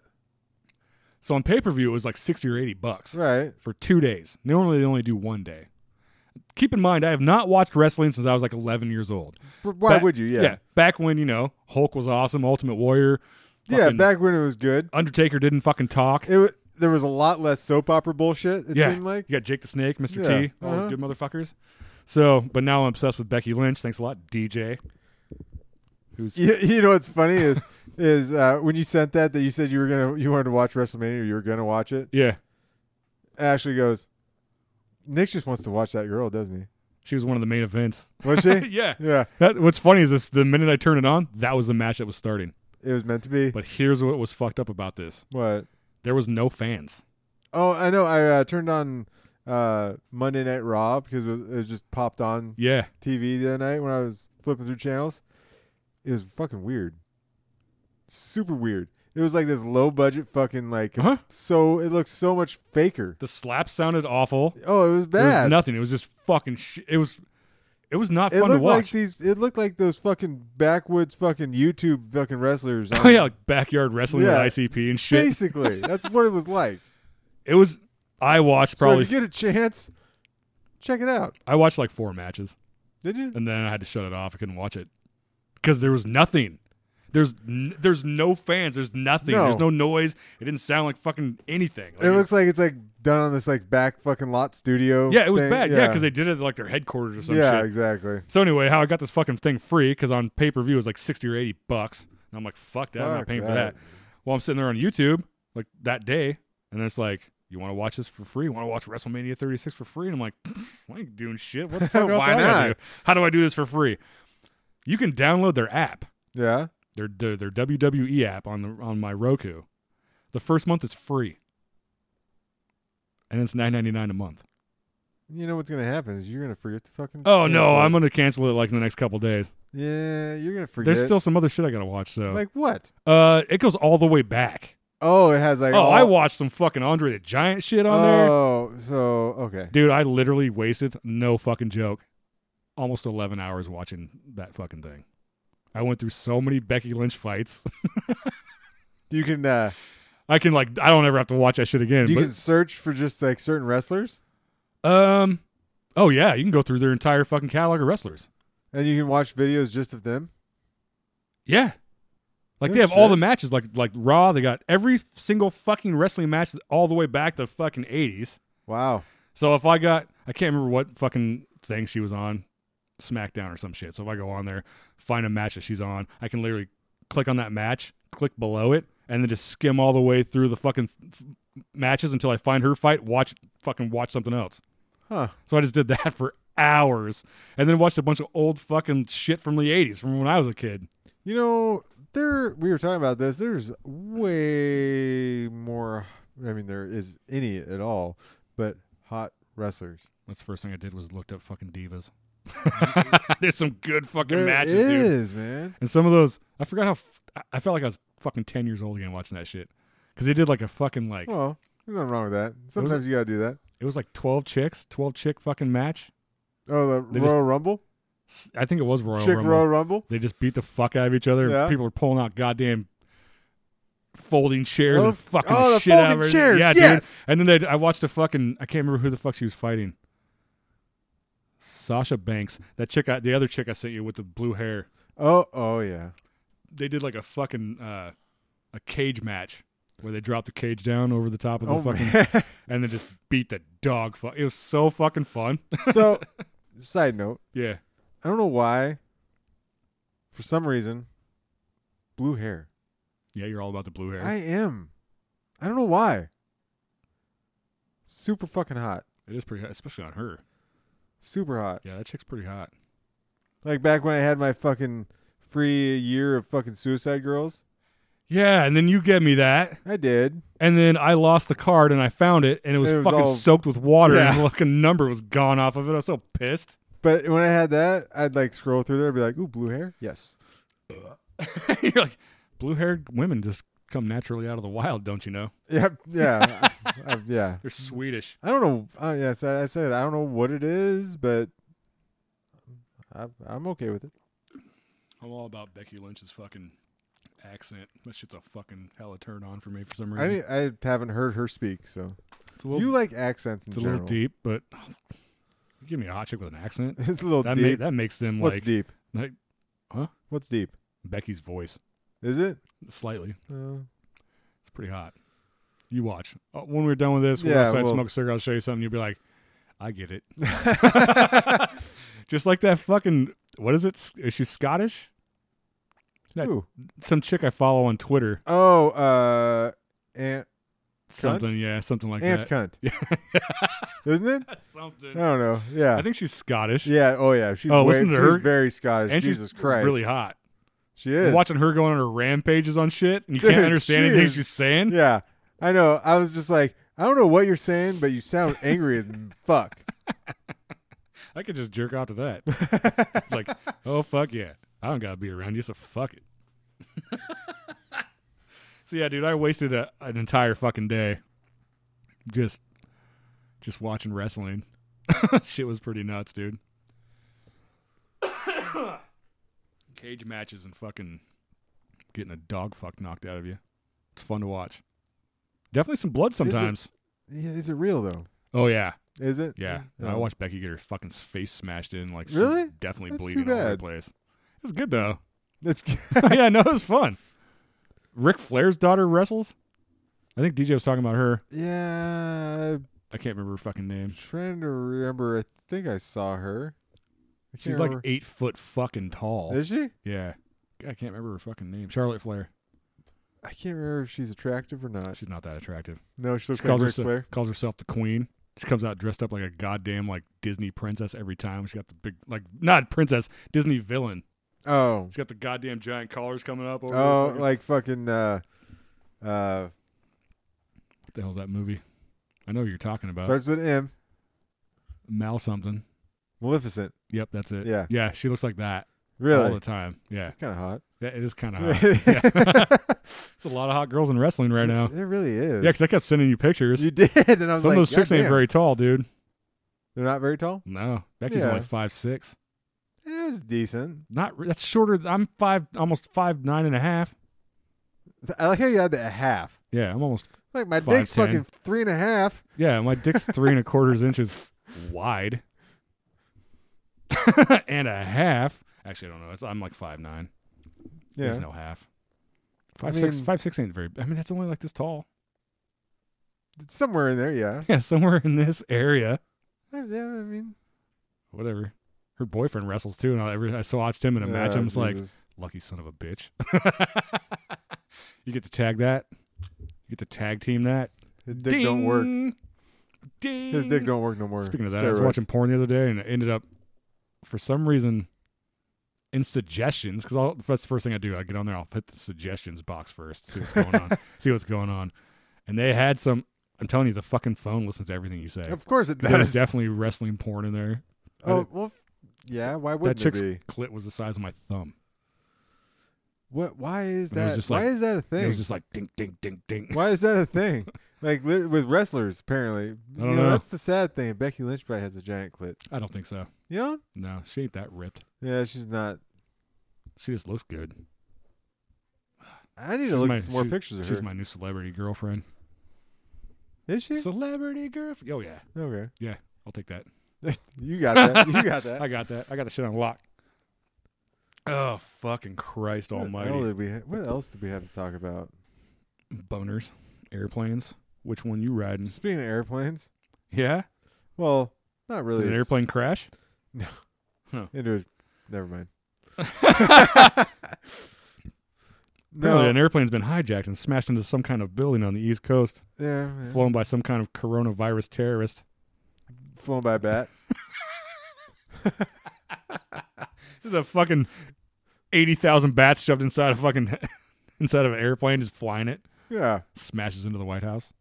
So on pay per view, it was like 60 or 80 bucks
Right.
for two days. Normally, they only do one day. Keep in mind, I have not watched wrestling since I was like 11 years old.
But Why
Back-
would you? Yeah.
Yeah.
Yeah.
Back when, you know, Hulk was awesome, Ultimate Warrior. fucking
back when it was good,
Undertaker didn't fucking talk.
it w- there was a lot less soap opera bullshit. It
yeah.
seemed like.
you got Jake the Snake, Mr.
Yeah,
T, all those
uh-huh.
good motherfuckers. So, but now I'm obsessed with Becky Lynch. Thanks a lot, DJ. Who's
You, you know what's funny is is uh, when you sent that that you said you were gonna you wanted to watch WrestleMania or you were gonna watch it.
yeah.
Ashley goes, Nick just wants to watch that girl, doesn't
She was one of the main events.
he? Was she?
yeah.
yeah,
That, what's funny is this: the minute I turned it on, that was the match that was starting.
it was meant to be.
But here's what was fucked up about this:
What?
there was no fans.
Oh, I know. I uh, turned on uh, Monday Night Raw because it, was, it just popped on
Yeah,
TV the other night when I was flipping through channels. It was fucking weird, super weird. It was like this low budget fucking like
Huh?
so it looked so much faker.
the slaps sounded awful.
Oh, it was
There was
bad.
nothing. It was just fucking. Sh- it was. It was not
It
fun
looked
to
like
watch.
these. It looked like those fucking backwoods fucking YouTube fucking wrestlers.
oh yeah, like backyard wrestling
Yeah.
with ICP and shit.
basically that's what it was like.
It was. I watched probably.
Probably so if you get a chance, check it out.
I watched like four matches,
Did you?
and then I had to shut it off. I couldn't watch it because there was nothing. There's n- there's no fans. There's nothing.
No.
There's no noise. It didn't sound like fucking anything. Like,
It looks like it's like done on this like back fucking lot studio.
Yeah, it was
thing.
bad. Yeah, because they did it at, like their headquarters or some
yeah,
shit.
exactly.
So anyway, how I got this fucking thing free because on pay per view it was like sixty or eighty bucks, and I'm like, fuck that, I'm not
Fuck
paying for that.
that.
Well, I'm sitting there on YouTube like that day, and it's like, you want to watch this for free? You want to watch WrestleMania 36 for free? And I'm like, I ain't doing shit. What the fuck else I
Why
gotta
not?
do? How do I do this for free? You can download their app,
Yeah.
their their, their WWE app on the on my Roku. The first month is free, and it's nine ninety nine a month.
You know what's gonna happen is you're gonna forget to fucking.
Oh no,
cancel it.
I'm gonna cancel it like in the next couple days.
Yeah, you're gonna forget.
There's still some other shit I gotta watch though.
like what?
uh, it goes all the way back.
Oh, it has like.
oh,
all-
I watched some fucking Andre the Giant shit on there,
Oh, so okay.
dude. I literally wasted no fucking joke, almost 11 hours watching that fucking thing. I went through so many Becky Lynch fights.
You can uh,
I can like I don't ever have to watch that shit again.
you
but,
can search for just like certain wrestlers,
um, oh yeah, you can go through their entire fucking catalog of wrestlers.
and you can watch videos just of them.
Yeah. Like they
Good
have all
shit.
the matches, like like Raw. They got every single fucking wrestling match all the way back to fucking eighties.
Wow.
So if I got, I can't remember what fucking thing she was on, SmackDown or some shit. So if I go on there, find a match that she's on, I can literally click on that match, click below it, and then just skim all the way through the fucking f- matches until I find her fight. Watch fucking watch something else.
Huh.
So I just did that for hours, and then watched a bunch of old fucking shit from the '80s, from when I was a kid.
You know, there we were talking about this. There's way more. I mean, there is any at all, but hot wrestlers.
That's the first thing I did was looked up fucking divas. There's some good fucking
There
matches, dude.
is, man.
And some of those, I forgot how. F- I- I felt like I was fucking ten years old again watching that shit because they did like a fucking like
Well, there's nothing wrong with that. Sometimes you gotta do that.
it was like twelve chicks, twelve chick fucking match.
Oh, the
They just-
Royal Rumble,
S- I think it was Royal
chick
Rumble.
Royal Rumble.
They just beat the fuck out of each other.
Yeah.
People are pulling out goddamn folding chairs
Oh,
and fucking
oh, the
shit out of
folding
her.
chairs,
Yeah,
yes!
dude. And then they, I watched a fucking. I can't remember who the fuck she was fighting. Sasha Banks, that chick, I, the other chick I sent you with the blue hair.
Oh, oh yeah.
they did like a fucking uh, a cage match where they dropped the cage down over the top of the
Oh
fucking
man.
and then just beat the dog. Fu- it was so fucking fun.
so, side note.
yeah,
I don't know why. For some reason, blue hair.
yeah, you're all about the blue hair.
I am. I don't know why. Super fucking hot.
it is pretty hot, especially on her.
Super hot.
Yeah, that chick's pretty hot.
Like back when I had my fucking free year of fucking Suicide Girls.
Yeah, and then you get me that,
I did.
and then I lost the card and I found it, and it was,
It was
fucking
all-
soaked with water, and
Yeah.
the fucking number was gone off of it. I was so pissed.
But when I had that, I'd like scroll through there and be like, ooh, blue hair? Yes.
you're like, blue-haired women just come naturally out of the wild, don't you know?
Yep. Yeah. I- I- yeah.
They're Swedish.
I don't know. Uh, yes, I, I said I don't know what it is, but I, I'm okay with it.
I'm all about Becky Lynch's fucking accent. That shit's a fucking hella turn on for me for some
I
reason.
mean, I haven't heard her speak, so
it's a little,
you like accents in
it's a
general.
little deep, but you give me a hot chick with an accent.
It's a little
That, ma-
deep.
that makes them
What's
like,
deep?
like huh?
What's deep?
Becky's voice
Is it?
slightly.
Uh,
It's pretty hot. You watch Uh, when we're done with this. We'll
Yeah,
go outside,
we'll-
smoke a cigarette. I'll show you something. You'll be like, I get it. Just like that fucking what is it? Is she Scottish? That-
who?
Some chick I follow on Twitter.
Oh, uh, Aunt,
Something, yeah, something like
Aunt
that.
Cunt. Isn't it? I
Something.
don't know. Yeah.
I think she's Scottish.
yeah. Oh, yeah. She's,
Oh,
way-
listen to
she's
her.
very Scottish.
and
Jesus
she's
Christ.
really hot.
She is.
Watching her going on her rampages on shit, and you
Dude,
can't understand
she
anything
is-
she's saying.
Yeah. I know. I was just like, I don't know what you're saying, but you sound angry as fuck.
I could just jerk off to that. it's like, oh fuck yeah, I don't gotta be around you, so fuck it. so yeah, dude, I wasted a, an entire fucking day just just watching wrestling. shit was pretty nuts, dude. Cage matches and fucking getting a dog fuck knocked out of you. It's fun to watch. Definitely some blood sometimes.
Yeah, is it real though?
Oh yeah.
Is it?
Yeah,
Oh.
I watched Becky get her fucking face smashed in. Like, she's
Really?
Definitely
That's too
bleeding all over the
bad.
place. It was good though.
It's
yeah, no, it was fun. Ric Flair's daughter wrestles. I think DJ was talking about her.
yeah. I'm
I can't remember her fucking name.
trying to remember. I think I saw her. I can't
She's like
remember.
eight foot fucking tall.
Is she?
Yeah, I can't remember her fucking name. Charlotte Flair.
I can't remember if she's attractive or not.
She's not that attractive.
No, she looks
she
like
calls,
Ric
herself,
Flair.
calls herself the queen. She comes out dressed up like a goddamn like Disney princess every time. She got the big like not princess Disney villain.
Oh,
She's got the goddamn giant collars coming up. Over her
oh,
fucking-
like fucking uh, uh,
What the hell's that movie? I know what you're talking about.
starts with an M.
Mal something.
Maleficent.
Yep, that's it.
Yeah.
Yeah, she looks like that Uh, all
Really,
the time. Yeah.
kind of hot.
Yeah, it is kind of hot. Yeah. It's a lot of hot girls in wrestling right now.
It really
Yeah,
is.
because I kept sending you pictures.
you did, and I was
Some
like,
of those chicks
"God
ain't
damn,
very tall, dude.
They're not very tall.
No. Becky's
Yeah.
like five six.
Eh, It's decent.
Not re- that's shorter. th- I'm five, almost five nine and a half.
I like how you had that half.
Yeah, I'm almost.
Like my
Five,
dick's
ten.
fucking three and a half.
Yeah, my dick's three and a quarters inches wide and a half. Actually, I don't know. It's, I'm like five nine.
Yeah,
There's no half.
I
Five six,
mean-
five six ain't very. I mean, that's only like this tall.
somewhere in there. Yeah.
Yeah, somewhere in this area.
I, yeah, I mean,
Whatever. Her boyfriend wrestles too, and I, every, I so watched him in a match.
Ah,
I'm just like,
Jesus.
lucky son of a bitch. you get to tag that. You get to tag team that.
his dick don't work.
Ding. Ding.
His dick don't work no more.
Speaking of that, I was
Steroids.
watching porn the other day and it ended up, for some reason, in suggestions because that's the first thing I do. I get on there, I'll hit the suggestions box first, see what's going on, see what's going on, and they had some. I'm telling you, the fucking phone listens to everything you say.
Of course it
There was
does.
definitely wrestling porn in there.
oh well, f- yeah. Why
That
wouldn't it
chick's
be?
clit was the size of my thumb.
What? Why is
And it was
that?
just
why
like-
is that a
It
thing?
was just like ding, ding, ding, ding.
why is that a thing? Like lit- with wrestlers, apparently.
I don't
you know,
know.
that's the sad thing. Becky Lynch probably has a giant clit.
I don't think so.
You know?
No, she ain't that ripped.
Yeah, she's not.
She just looks good.
I need
She's
to look
my-
at some more
she's-
pictures of
She's
her.
my new celebrity girlfriend.
is she?
Celebrity girlfriend. Oh yeah,
okay.
I'll take that.
you got that. You got that.
I got that. I got the shit on lock. Oh fucking Christ
What,
Almighty!
else did we ha- what else did we have to talk about?
Boners, airplanes. Which one you riding?
Speaking of airplanes,
Yeah,
well, not
Did
really.
an
It's
airplane crash.
Into a, never mind.
Apparently,
no.
an airplane's been hijacked and smashed into some kind of building on the East Coast,
yeah, yeah.
flown by some kind of coronavirus terrorist.
flown by a bat.
This is a fucking eighty thousand bats shoved inside a fucking inside of an airplane, just flying it,
Yeah,
smashes into the White House.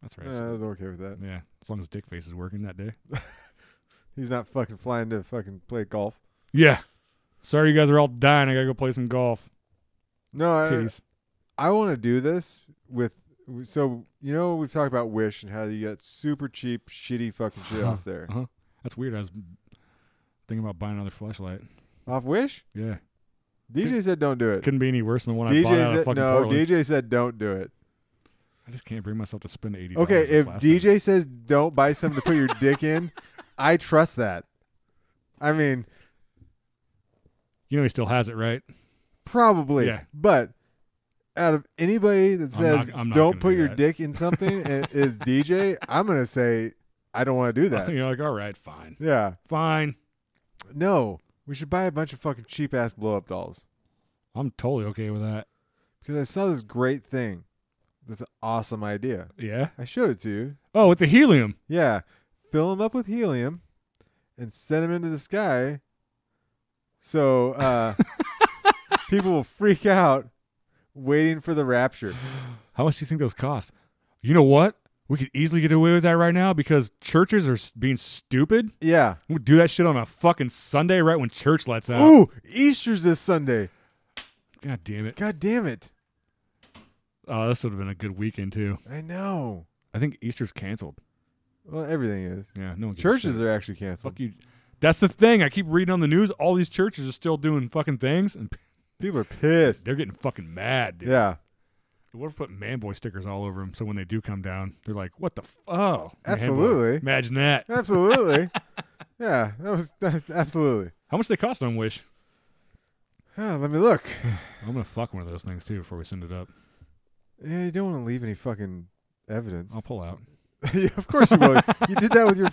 That's right.
yeah, I was okay with that.
yeah, as long as Dick Face is working that day.
He's not fucking flying to fucking play golf.
Yeah. Sorry, you guys are all dying. I gotta go play some golf.
No, I,
Titties.
I want to do this with. So you know we've talked about Wish and how you get super cheap, shitty fucking shit off there.
Uh-huh. That's weird. I was thinking about buying another flashlight.
Off Wish,
Yeah,
DJ said don't do it.
couldn't be any worse than the one I bought out
DJ
of
said
fucking
no.
Portland.
DJ said don't do it.
I just can't bring myself to spend eighty.
Okay,
on
if
plastic.
DJ says don't buy something to put your dick in, I trust that. I mean,
you know he still has it, right?
probably.
Yeah.
But out of anybody that
I'm
says
not- I'm not
don't
gonna
put
do
your
that.
dick in something i- is DJ, I'm gonna say I don't want to do that.
You're like, all right, fine,
Yeah.
fine.
No, we should buy a bunch of fucking cheap ass blow up dolls
I'm totally okay with that.
because I saw this great thing. That's an awesome idea.
Yeah.
I showed it to you.
Oh, with the helium.
Yeah, fill them up with helium and send them into the sky. So uh, people will freak out waiting for the rapture.
How much do you think those cost? You know what? We could easily get away with that right now because churches are s- being stupid.
Yeah.
We do that shit on a fucking Sunday right when church lets out.
Ooh, Easter's this Sunday.
God damn it.
God damn it.
Oh, this would have been a good weekend too.
I know.
I think Easter's canceled.
Well, everything is.
Yeah, no one gives a
Churches
shit.
are actually canceled.
fuck you. That's the thing. I keep reading on the news. All these churches are still doing fucking things, and
People are pissed.
they're getting fucking mad. Dude.
Yeah,
What if we put manboy stickers all over them? So when they do come down, they're like, "What the? F- oh, Man Boy.
Absolutely.
Imagine that.
absolutely. yeah, that was, that was absolutely.
How much they cost on Wish?
Ah, let me look.
I'm gonna fuck one of those things too before we send it up.
Yeah, you don't want to leave any fucking evidence.
I'll pull out.
yeah, of course you will. You did that with your,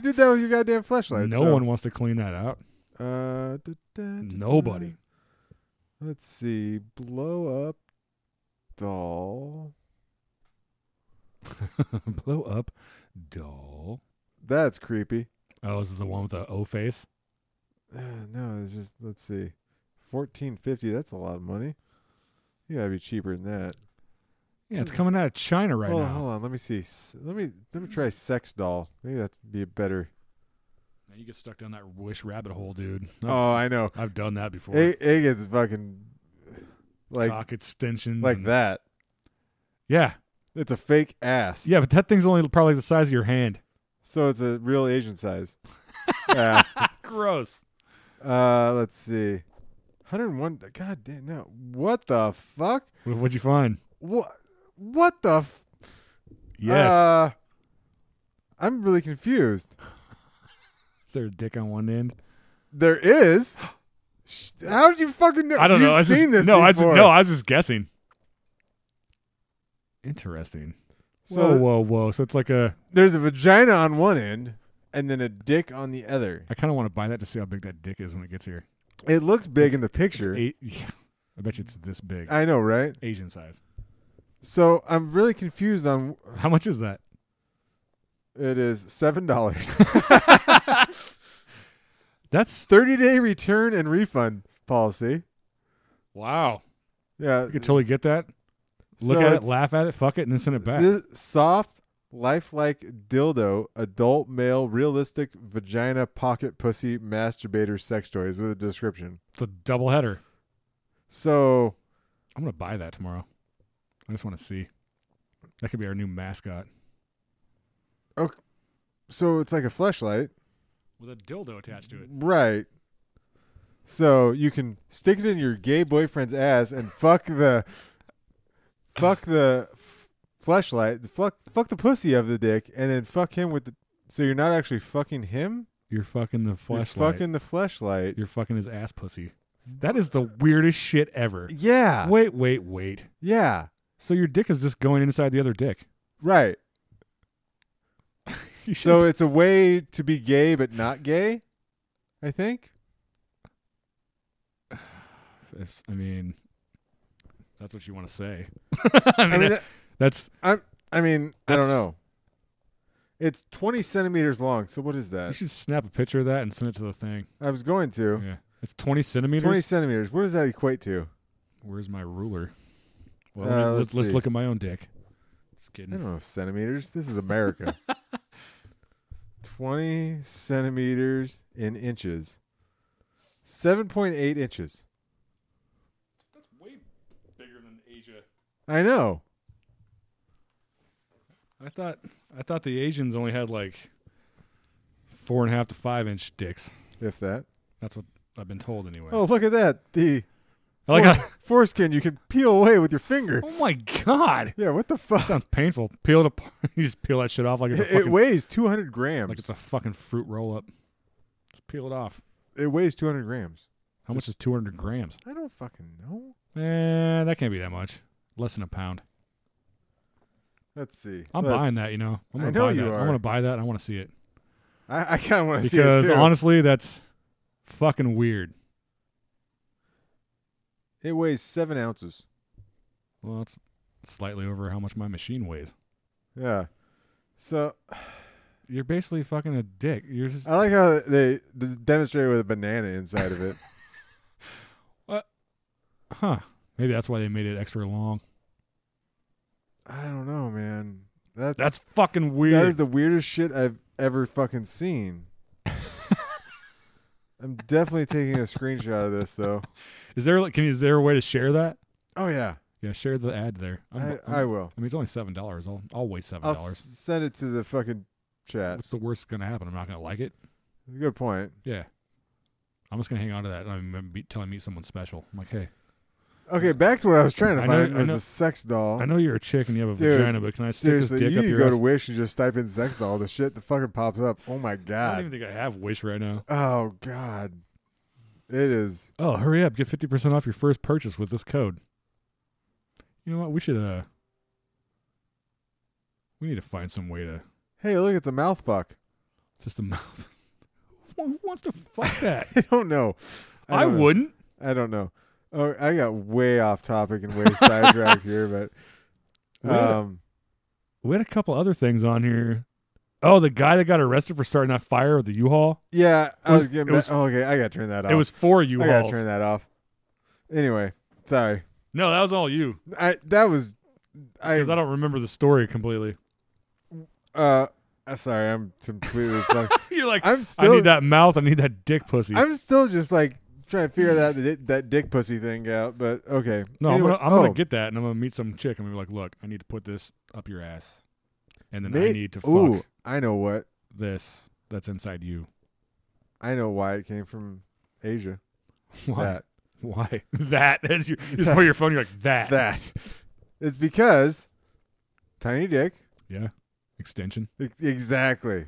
you did that with your goddamn flashlight.
no
so-
one wants to clean that out.
Uh, da- da- da-
Nobody.
da. Let's see. Blow up doll.
Blow up doll.
That's creepy.
Oh, this is the one with the O face.
Uh, no, it's just let's see. Fourteen fifty. That's a lot of money. You gotta be cheaper than that.
Yeah, it's coming out of China right
hold on,
now.
hold on. Let me see. S- Let me let me try sex doll. Maybe that'd be a better.
Now you get stuck down that wish rabbit hole, dude.
Oh, I know.
I've done that before.
It, it gets fucking like
Cock extensions,
like
and-
that.
Yeah,
It's a fake ass.
yeah, but that thing's only probably the size of your hand.
So it's a real Asian size ass.
Gross.
Uh, let's see. 101. God damn. No. What the fuck?
What, what'd you find?
What? What the? F-
Yes,
Uh, I'm really confused.
is there a dick on one end?
There is. Sh- How did you fucking know?
I don't
You've
know. I was
seen
just,
this
No, I just,
before.
no, I was just guessing. Interesting. whoa,
So
whoa, whoa. So it's like a.
there's a vagina on one end and then a dick on the other.
I kind of want to buy that to see how big that dick is when it gets here.
It looks big in the
It's
picture.
eight, yeah, I bet you it's this big.
I know, right?
Asian size.
So I'm really confused on
How much is that?
it is seven dollars.
That's
Thirty day return and refund policy.
wow.
Yeah.
You could totally get that. Look
so
at it,
it's-
laugh at it, fuck it, and then send it back.
This soft, lifelike dildo, adult male, realistic vagina pocket pussy masturbator sex toys with a description.
it's a double header.
So
I'm gonna buy that tomorrow. I just want to see. That could be our new mascot
so it's like a flashlight.
with a dildo attached to it.
Right. So you can stick it in your gay boyfriend's ass and fuck the fuck the f- fleshlight, fuck fuck the pussy of the dick, and then fuck him with the. So you're not actually fucking him.
You're fucking the
You're
flashlight.
fucking the fleshlight.
You're fucking his ass pussy. That is the weirdest shit ever.
Yeah.
Wait, wait, wait.
Yeah.
So your dick is just going inside the other dick.
Right.
You
So
should-
it's a way to be gay but not gay. I think.
if- I mean, that's what you want to say.
I mean,
that- that's
I mean, I
That's-
don't know. It's 20 centimeters long. So what is
you
that?
should snap a picture of that and send it to the thing.
I was going to.
Yeah, it's 20 centimeters.
20 centimeters. What does that equate to?
Where's my ruler? Well,
Uh,
let me-
let's
let's, let's
see.
look at my own dick. Just
I don't
kidding.
know, centimeters. This is America. 20 centimeters in inches. 7.8 inches.
That's way bigger than Asia.
I know.
I thought I thought the Asians only had like four and a half to five inch dicks.
If that.
That's what I've been told anyway.
Oh, look at that. The
I like
fore-
how-
foreskin you can peel away with your finger.
oh my god,
Yeah, what the fuck?
sounds painful. Peel it apart. You just peel that shit off like it's a
It, it
fucking,
weighs 200 grams.
like it's a fucking fruit roll up. Just peel it off.
it weighs 200 grams.
How much is two hundred grams?
I don't fucking know.
Eh, that can't be that much. Less than a pound.
Let's see.
I'm
Let's-
buying that. You know, I'm
I
gonna
know
buy
you
that.
are.
I'm gonna buy that. and I want to see it.
I, I kind of want to see it
because
too.
honestly, that's fucking weird.
it weighs seven ounces.
Well, that's slightly over how much my machine weighs.
Yeah. So
You're basically fucking a dick. You're just
I like how they d- demonstrated with a banana inside of it.
huh. Maybe that's why they made it extra long.
I don't know, man. That's,
That's fucking weird.
that is the weirdest shit I've ever fucking seen. I'm definitely taking a screenshot of this though.
is there like can is there a way to share that?
Oh yeah,
Yeah, share the ad there. I'm,
I,
I'm-
I will.
I mean, it's only seven dollars. I'll I'll waste seven
I'll s- uh,
dollars.
send it to the fucking chat.
What's the worst that's gonna happen? I'm not gonna like it.
Good point.
Yeah, I'm just gonna hang on to that. And I'm be telling me someone special. I'm like, hey,
Okay, back to what I was trying to
I know-
find
I
was
know-
the sex doll.
I know you're a chick and you have a
Dude,
vagina, but can I stick
Seriously,
this dick
you
up
can
your
go
ass?
to Wish and just type in sex doll. The shit that fucking pops up. Oh my
I don't
god.
even think I have Wish right now.
Oh god. It is.
Oh, hurry up! Get fifty percent off your first purchase with this code. You know what? We should uh, we need to find some way to
Hey, look, it's a mouth fuck.
just a mouth. Who wants to fuck that?
I don't know.
I,
don't know.
wouldn't.
I don't know. Oh, I got way off topic and way sidetracked here, but
Really?
um,
We had a couple other things on here. Oh, the guy that got arrested for starting that fire with the U-Haul.
yeah, I
It was-
was getting
it was-
back. Oh, okay, I got to turn that off.
It was four
I got to
U-Hauls.
turn that off. Anyway, sorry.
No, that was all you
I that was I,
because I don't remember the story completely.
uh I'm sorry. I'm completely fucked.
You're like,
I'm
I
still
need that mouth. I need that dick pussy.
I'm still just like trying to figure that that, that dick pussy thing out, but okay.
No,
Anyway-
I'm, gonna, I'm
oh.
gonna get that, and I'm gonna meet some chick, and I'm gonna be like, "Look, I need to put this up your ass, and then I
May-
need to fuck
Ooh, I know what.
this that's inside you."
I know why it came from Asia.
Why?
That
Why? That? As you you just put your phone, you're like that.
that. It's because tiny dick.
Yeah. Extension.
E- Exactly.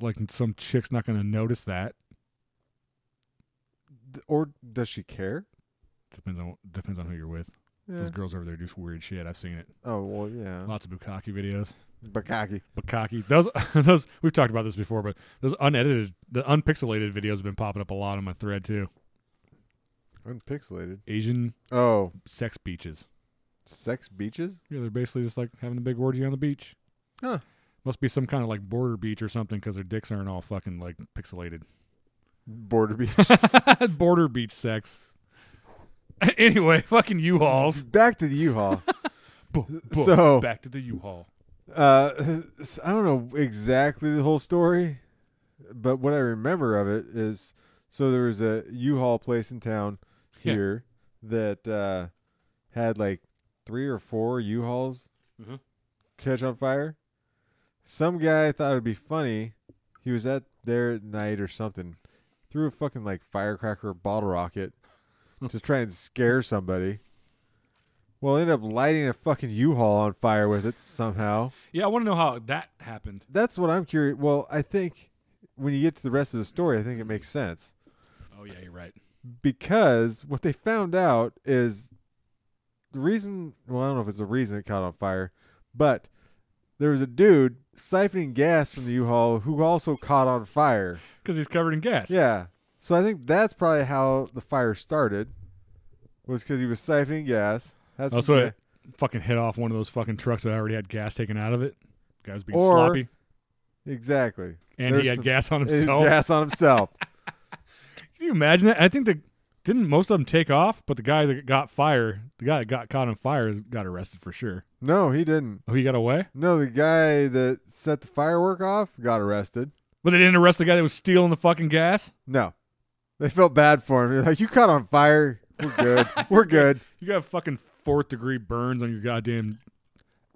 Like some chick's not gonna notice that.
D- Or does she care?
Depends on depends on who you're with.
Yeah.
Those girls over there do some weird shit. I've seen it.
Oh well, yeah.
Lots of bukkake videos.
Bakaki.
Bukaki. Those those we've talked about this before, but those unedited, the unpixelated videos have been popping up a lot on my thread too.
Unpixelated.
Asian
Oh,
sex beaches.
sex beaches?
Yeah, they're basically just like having a big orgy on the beach.
Huh.
Must be some kind of like border beach or something because their dicks aren't all fucking like pixelated.
Border beach.
border beach sex. anyway, fucking U-Hauls.
Back to the U-Haul.
Boom, boom.
So-
back to the U-Haul.
uh, I don't know exactly the whole story, but what I remember of it is so there was a U-Haul place in town
Yeah.
here that uh, had like three or four U-Hauls
Mhm.
catch on fire. Some guy thought it'd be funny. He was at there at night or something, threw a fucking like firecracker bottle rocket to try and scare somebody. Well, ended up lighting a fucking U-Haul on fire with it somehow.
Yeah, I want to know how that happened.
That's what I'm curious. Well, I think when you get to the rest of the story, I think it makes sense
Oh yeah, you're right.
because what they found out is the reason. Well, I don't know if it's the reason it caught on fire, but there was a dude siphoning gas from the U-Haul who also caught on fire.
Because he's covered in gas.
Yeah, so I think that's probably how the fire started, was because he was siphoning gas. That's
Oh, so it fucking hit off one of those fucking trucks that already had gas taken out of it. Guy was being
Or-
sloppy,
exactly.
and
there's
he had
some-
gas on
It was
himself.
gas on himself.
Can you imagine that? I think the didn't most of them take off, but the guy that got fire, the guy that got caught on fire, got arrested for sure.
no, he didn't.
Oh, he got away,
No, the guy that set the firework off got arrested.
but they didn't arrest the guy that was stealing the fucking gas.
No, they felt bad for him. They're like, "You caught on fire. We're good. We're good."
You got fucking fourth degree burns on your goddamn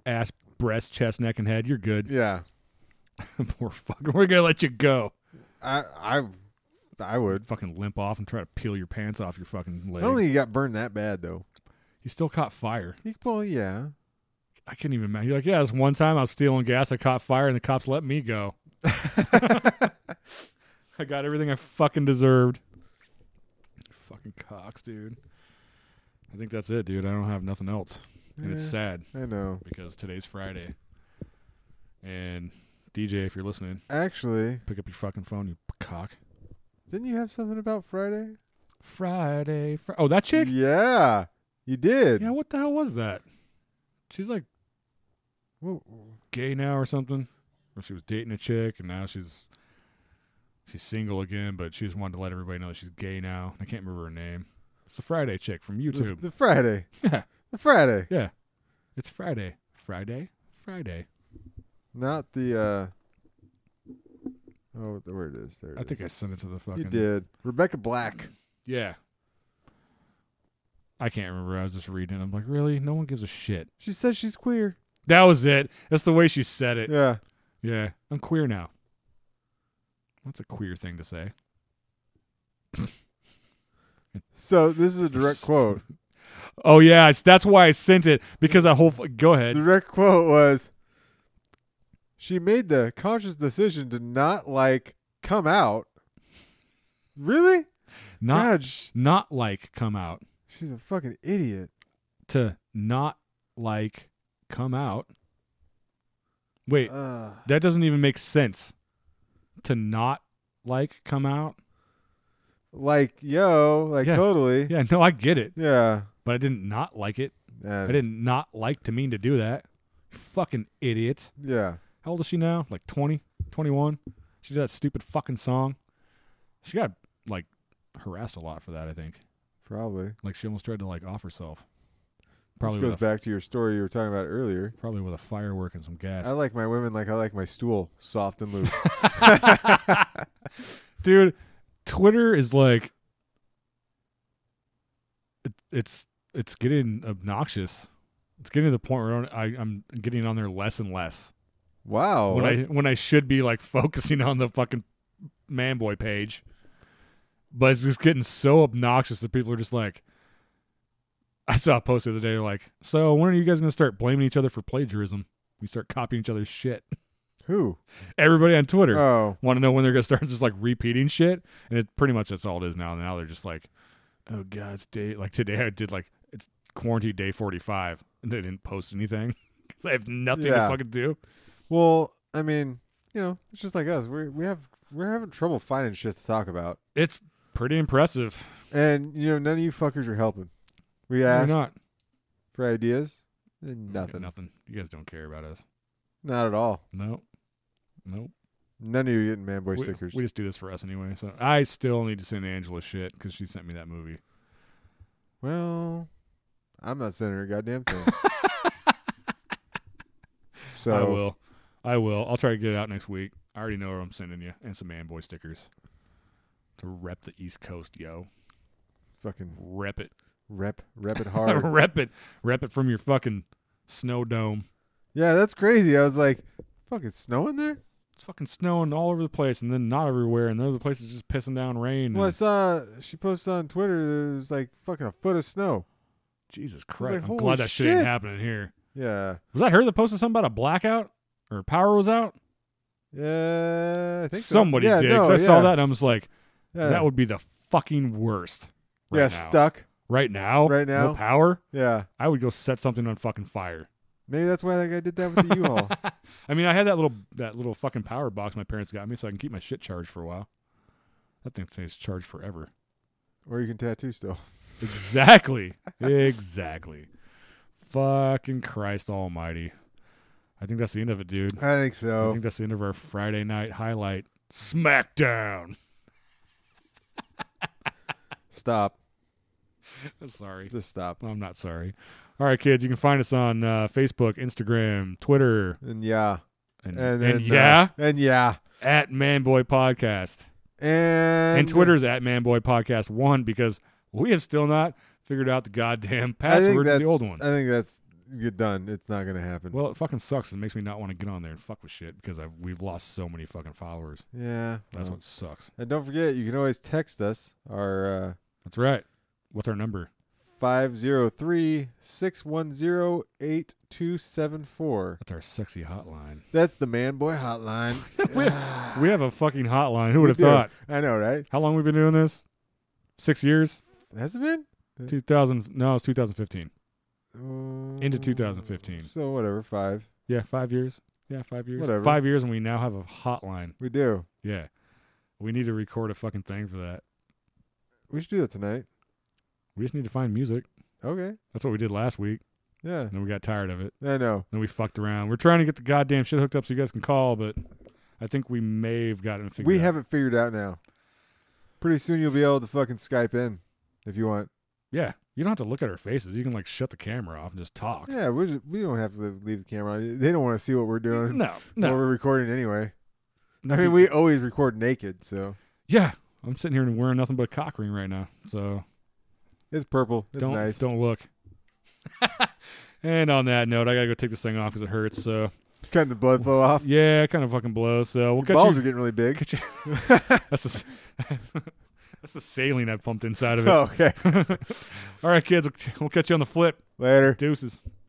ass, breast, chest, neck, and head. You're good.
Yeah,
Poor fucker. We're gonna let you go.
I, I, I would.
Fucking limp off and try to peel your pants off your fucking
I
leg.
don't think he got burned that bad though.
he still caught fire.
He, well, yeah.
I couldn't even imagine. You're like, yeah, this one time I was stealing gas, I caught fire, and the cops let me go. I got everything I fucking deserved. Fucking cocks, dude. I think that's it, dude. I don't have nothing else. And it's
Yeah,
sad
I know.
because today's Friday. And DJ, if you're listening,
Actually,
pick up your fucking phone, you cock.
didn't you have something about Friday?
Friday. Fri- oh, that chick?
Yeah, you did.
Yeah, what the hell was that? She's like
Whoa.
gay now or something. Or she was dating a chick and now she's she's single again, but she just wanted to let everybody know that she's gay now. I can't remember her name. It's the Friday chick from
The,
YouTube.
the Friday.
Yeah.
The Friday.
Yeah. It's Friday. Friday. Friday.
Not the. uh Oh, where it is. There. it
I think I
is.
sent it to the fucking
You did. Rebecca Black.
Yeah. I can't remember. I was just reading. it. I'm like, really? No one gives a shit.
She says she's queer.
That was it. That's the way she said it.
Yeah.
Yeah. I'm queer now. That's a queer thing to say.
So this is a direct quote.
Oh yeah, it's, that's why I sent it because that whole. F- go ahead.
The direct quote was She made the conscious decision to not like come out. Really?
Not
God, sh-
not like come out
she's a fucking idiot.
to not like come out. Wait,
Uh,
that doesn't even make sense. To not like come out?
like, yo, like
Yeah.
totally.
Yeah, no, I get it,
Yeah.
but I didn't not like it. I
And-
didn't not like to mean to do that. Fucking idiot.
Yeah.
How old is she now? Like 20, 21? She did that stupid fucking song. She got like harassed a lot for that, I think.
Probably.
Like she almost tried to like off herself.
This
Probably
goes
with a,
back to your story you were talking about earlier.
probably with a firework and some gas.
I like my women like I like my stool soft and loose.
dude twitter is like it, it's it's getting obnoxious it's getting to the point where I, i'm getting on there less and less
wow.
when
like-
i when i should be like focusing on the fucking man boy page but it's just getting so obnoxious that people are just like i saw a post the other day like so when are you guys gonna start blaming each other for plagiarism we start copying each other's shit
who?
everybody on twitter
Oh.
want to know when they're gonna start just like repeating shit, and it pretty much that's all it is now. Now they're just like, oh god, it's day like today I did like it's quarantine day forty five, and they didn't post anything because I have nothing
Yeah.
to fucking do.
Well, I mean, you know, it's just like us. We we have we're having trouble finding shit to talk about,
It's pretty impressive.
and you know, none of you fuckers are helping. We
Why
asked
not?
for ideas, and nothing,
Nothing. You guys don't care about us.
not at all.
No. Nope.
None of you are getting man boy
We,
stickers.
we just do this for us anyway. So I still need to send Angela shit because she sent me that movie.
well, I'm not sending her a goddamn thing. so
I will. I will. I'll try to get it out next week. I already know what I'm sending you and some man boy stickers to rep the East Coast, yo.
fucking
Rep it.
rep rep it hard.
rep it. Rep it from your fucking snow dome.
Yeah, that's crazy. I was like, fucking snow in there?
It's fucking snowing all over the place and then not everywhere. And the other place is just pissing down rain.
Well, I
and-
saw she posted on Twitter that it was like fucking a foot of snow.
Jesus Christ. I'm
"Holy
glad that shit ain't
shit."
happening here.
Yeah.
Was that her that posted something about a blackout or power was out?
Yeah, Uh, I think so.
Somebody
yeah,
did.
No,
'cause I saw
yeah,
that and I was like,
Yeah,
that would be the fucking worst. Right
yeah
now.
stuck.
Right now.
Right
No
now.
power.
Yeah.
I would go set something on fucking fire.
Maybe that's why that guy did that with the U-Haul.
I mean, I had that little that little fucking power box my parents got me, so I can keep my shit charged for a while. That thing stays charged forever.
or you can tattoo still.
Exactly. exactly. Fucking Christ Almighty. I think that's the end of it, dude.
I think
I
so.
think that's the end of our Friday night highlight. SmackDown.
Stop.
Sorry.
Just stop.
I'm not sorry. All right, kids, you can find us on uh, Facebook, Instagram, Twitter,
And yeah.
and,
And,
and
then, uh,
yeah,
and yeah.
at Manboy Podcast.
And
And, Twitter's at Manboy Podcast 1 because we have still not figured out the goddamn
I think
password to
that's-
the old one.
I think that's you're done. It's not gonna happen.
well, it fucking sucks. It makes me not want to get on there and fuck with shit because I've, we've lost so many fucking followers.
yeah.
That's
well.
what sucks.
And don't forget, you can always text us. Our uh,
That's right. What's our number?
503-610-8274.
That's our sexy hotline.
That's the man boy hotline.
we, have, we have a fucking hotline. Who would have
do.
thought?
I know, right?
How long we been doing this? Six years?
Has it been?
2000 no it's 2015
Into
2015.
Mm. So whatever, five.
yeah five years yeah five years
Whatever.
five years and we now have a hotline
We do.
yeah we need to record a fucking thing for that
We should do that tonight.
we just need to find music
Okay.
that's what we did last week
Yeah.
and then we got tired of it
I know.
then we fucked around we're trying to get the goddamn shit hooked up so you guys can call but i think we may have gotten it figured
we
out.
haven't figured out now. Pretty soon you'll be able to fucking Skype in if you want.
yeah you don't have to look at our faces you can like shut the camera off and just talk
Yeah, we just, we don't have to leave the camera on. They don't want to see what we're doing.
no
What
no
we're recording anyway.
no
I mean,
you-
we always record naked, so
yeah i'm sitting here and wearing nothing but a cock ring right now so
it's purple. It's
don't
nice.
don't look. and on that note, I gotta go take this thing off because it hurts. So
Cutting the blood flow off.
yeah, it kind of fucking blows. So we'll
Your
catch
balls
you.
are getting really big.
catch you- that's the s- that's the saline I pumped inside of it.
okay.
All right, kids, we'll, we'll catch you on the flip.
Later.
Deuces.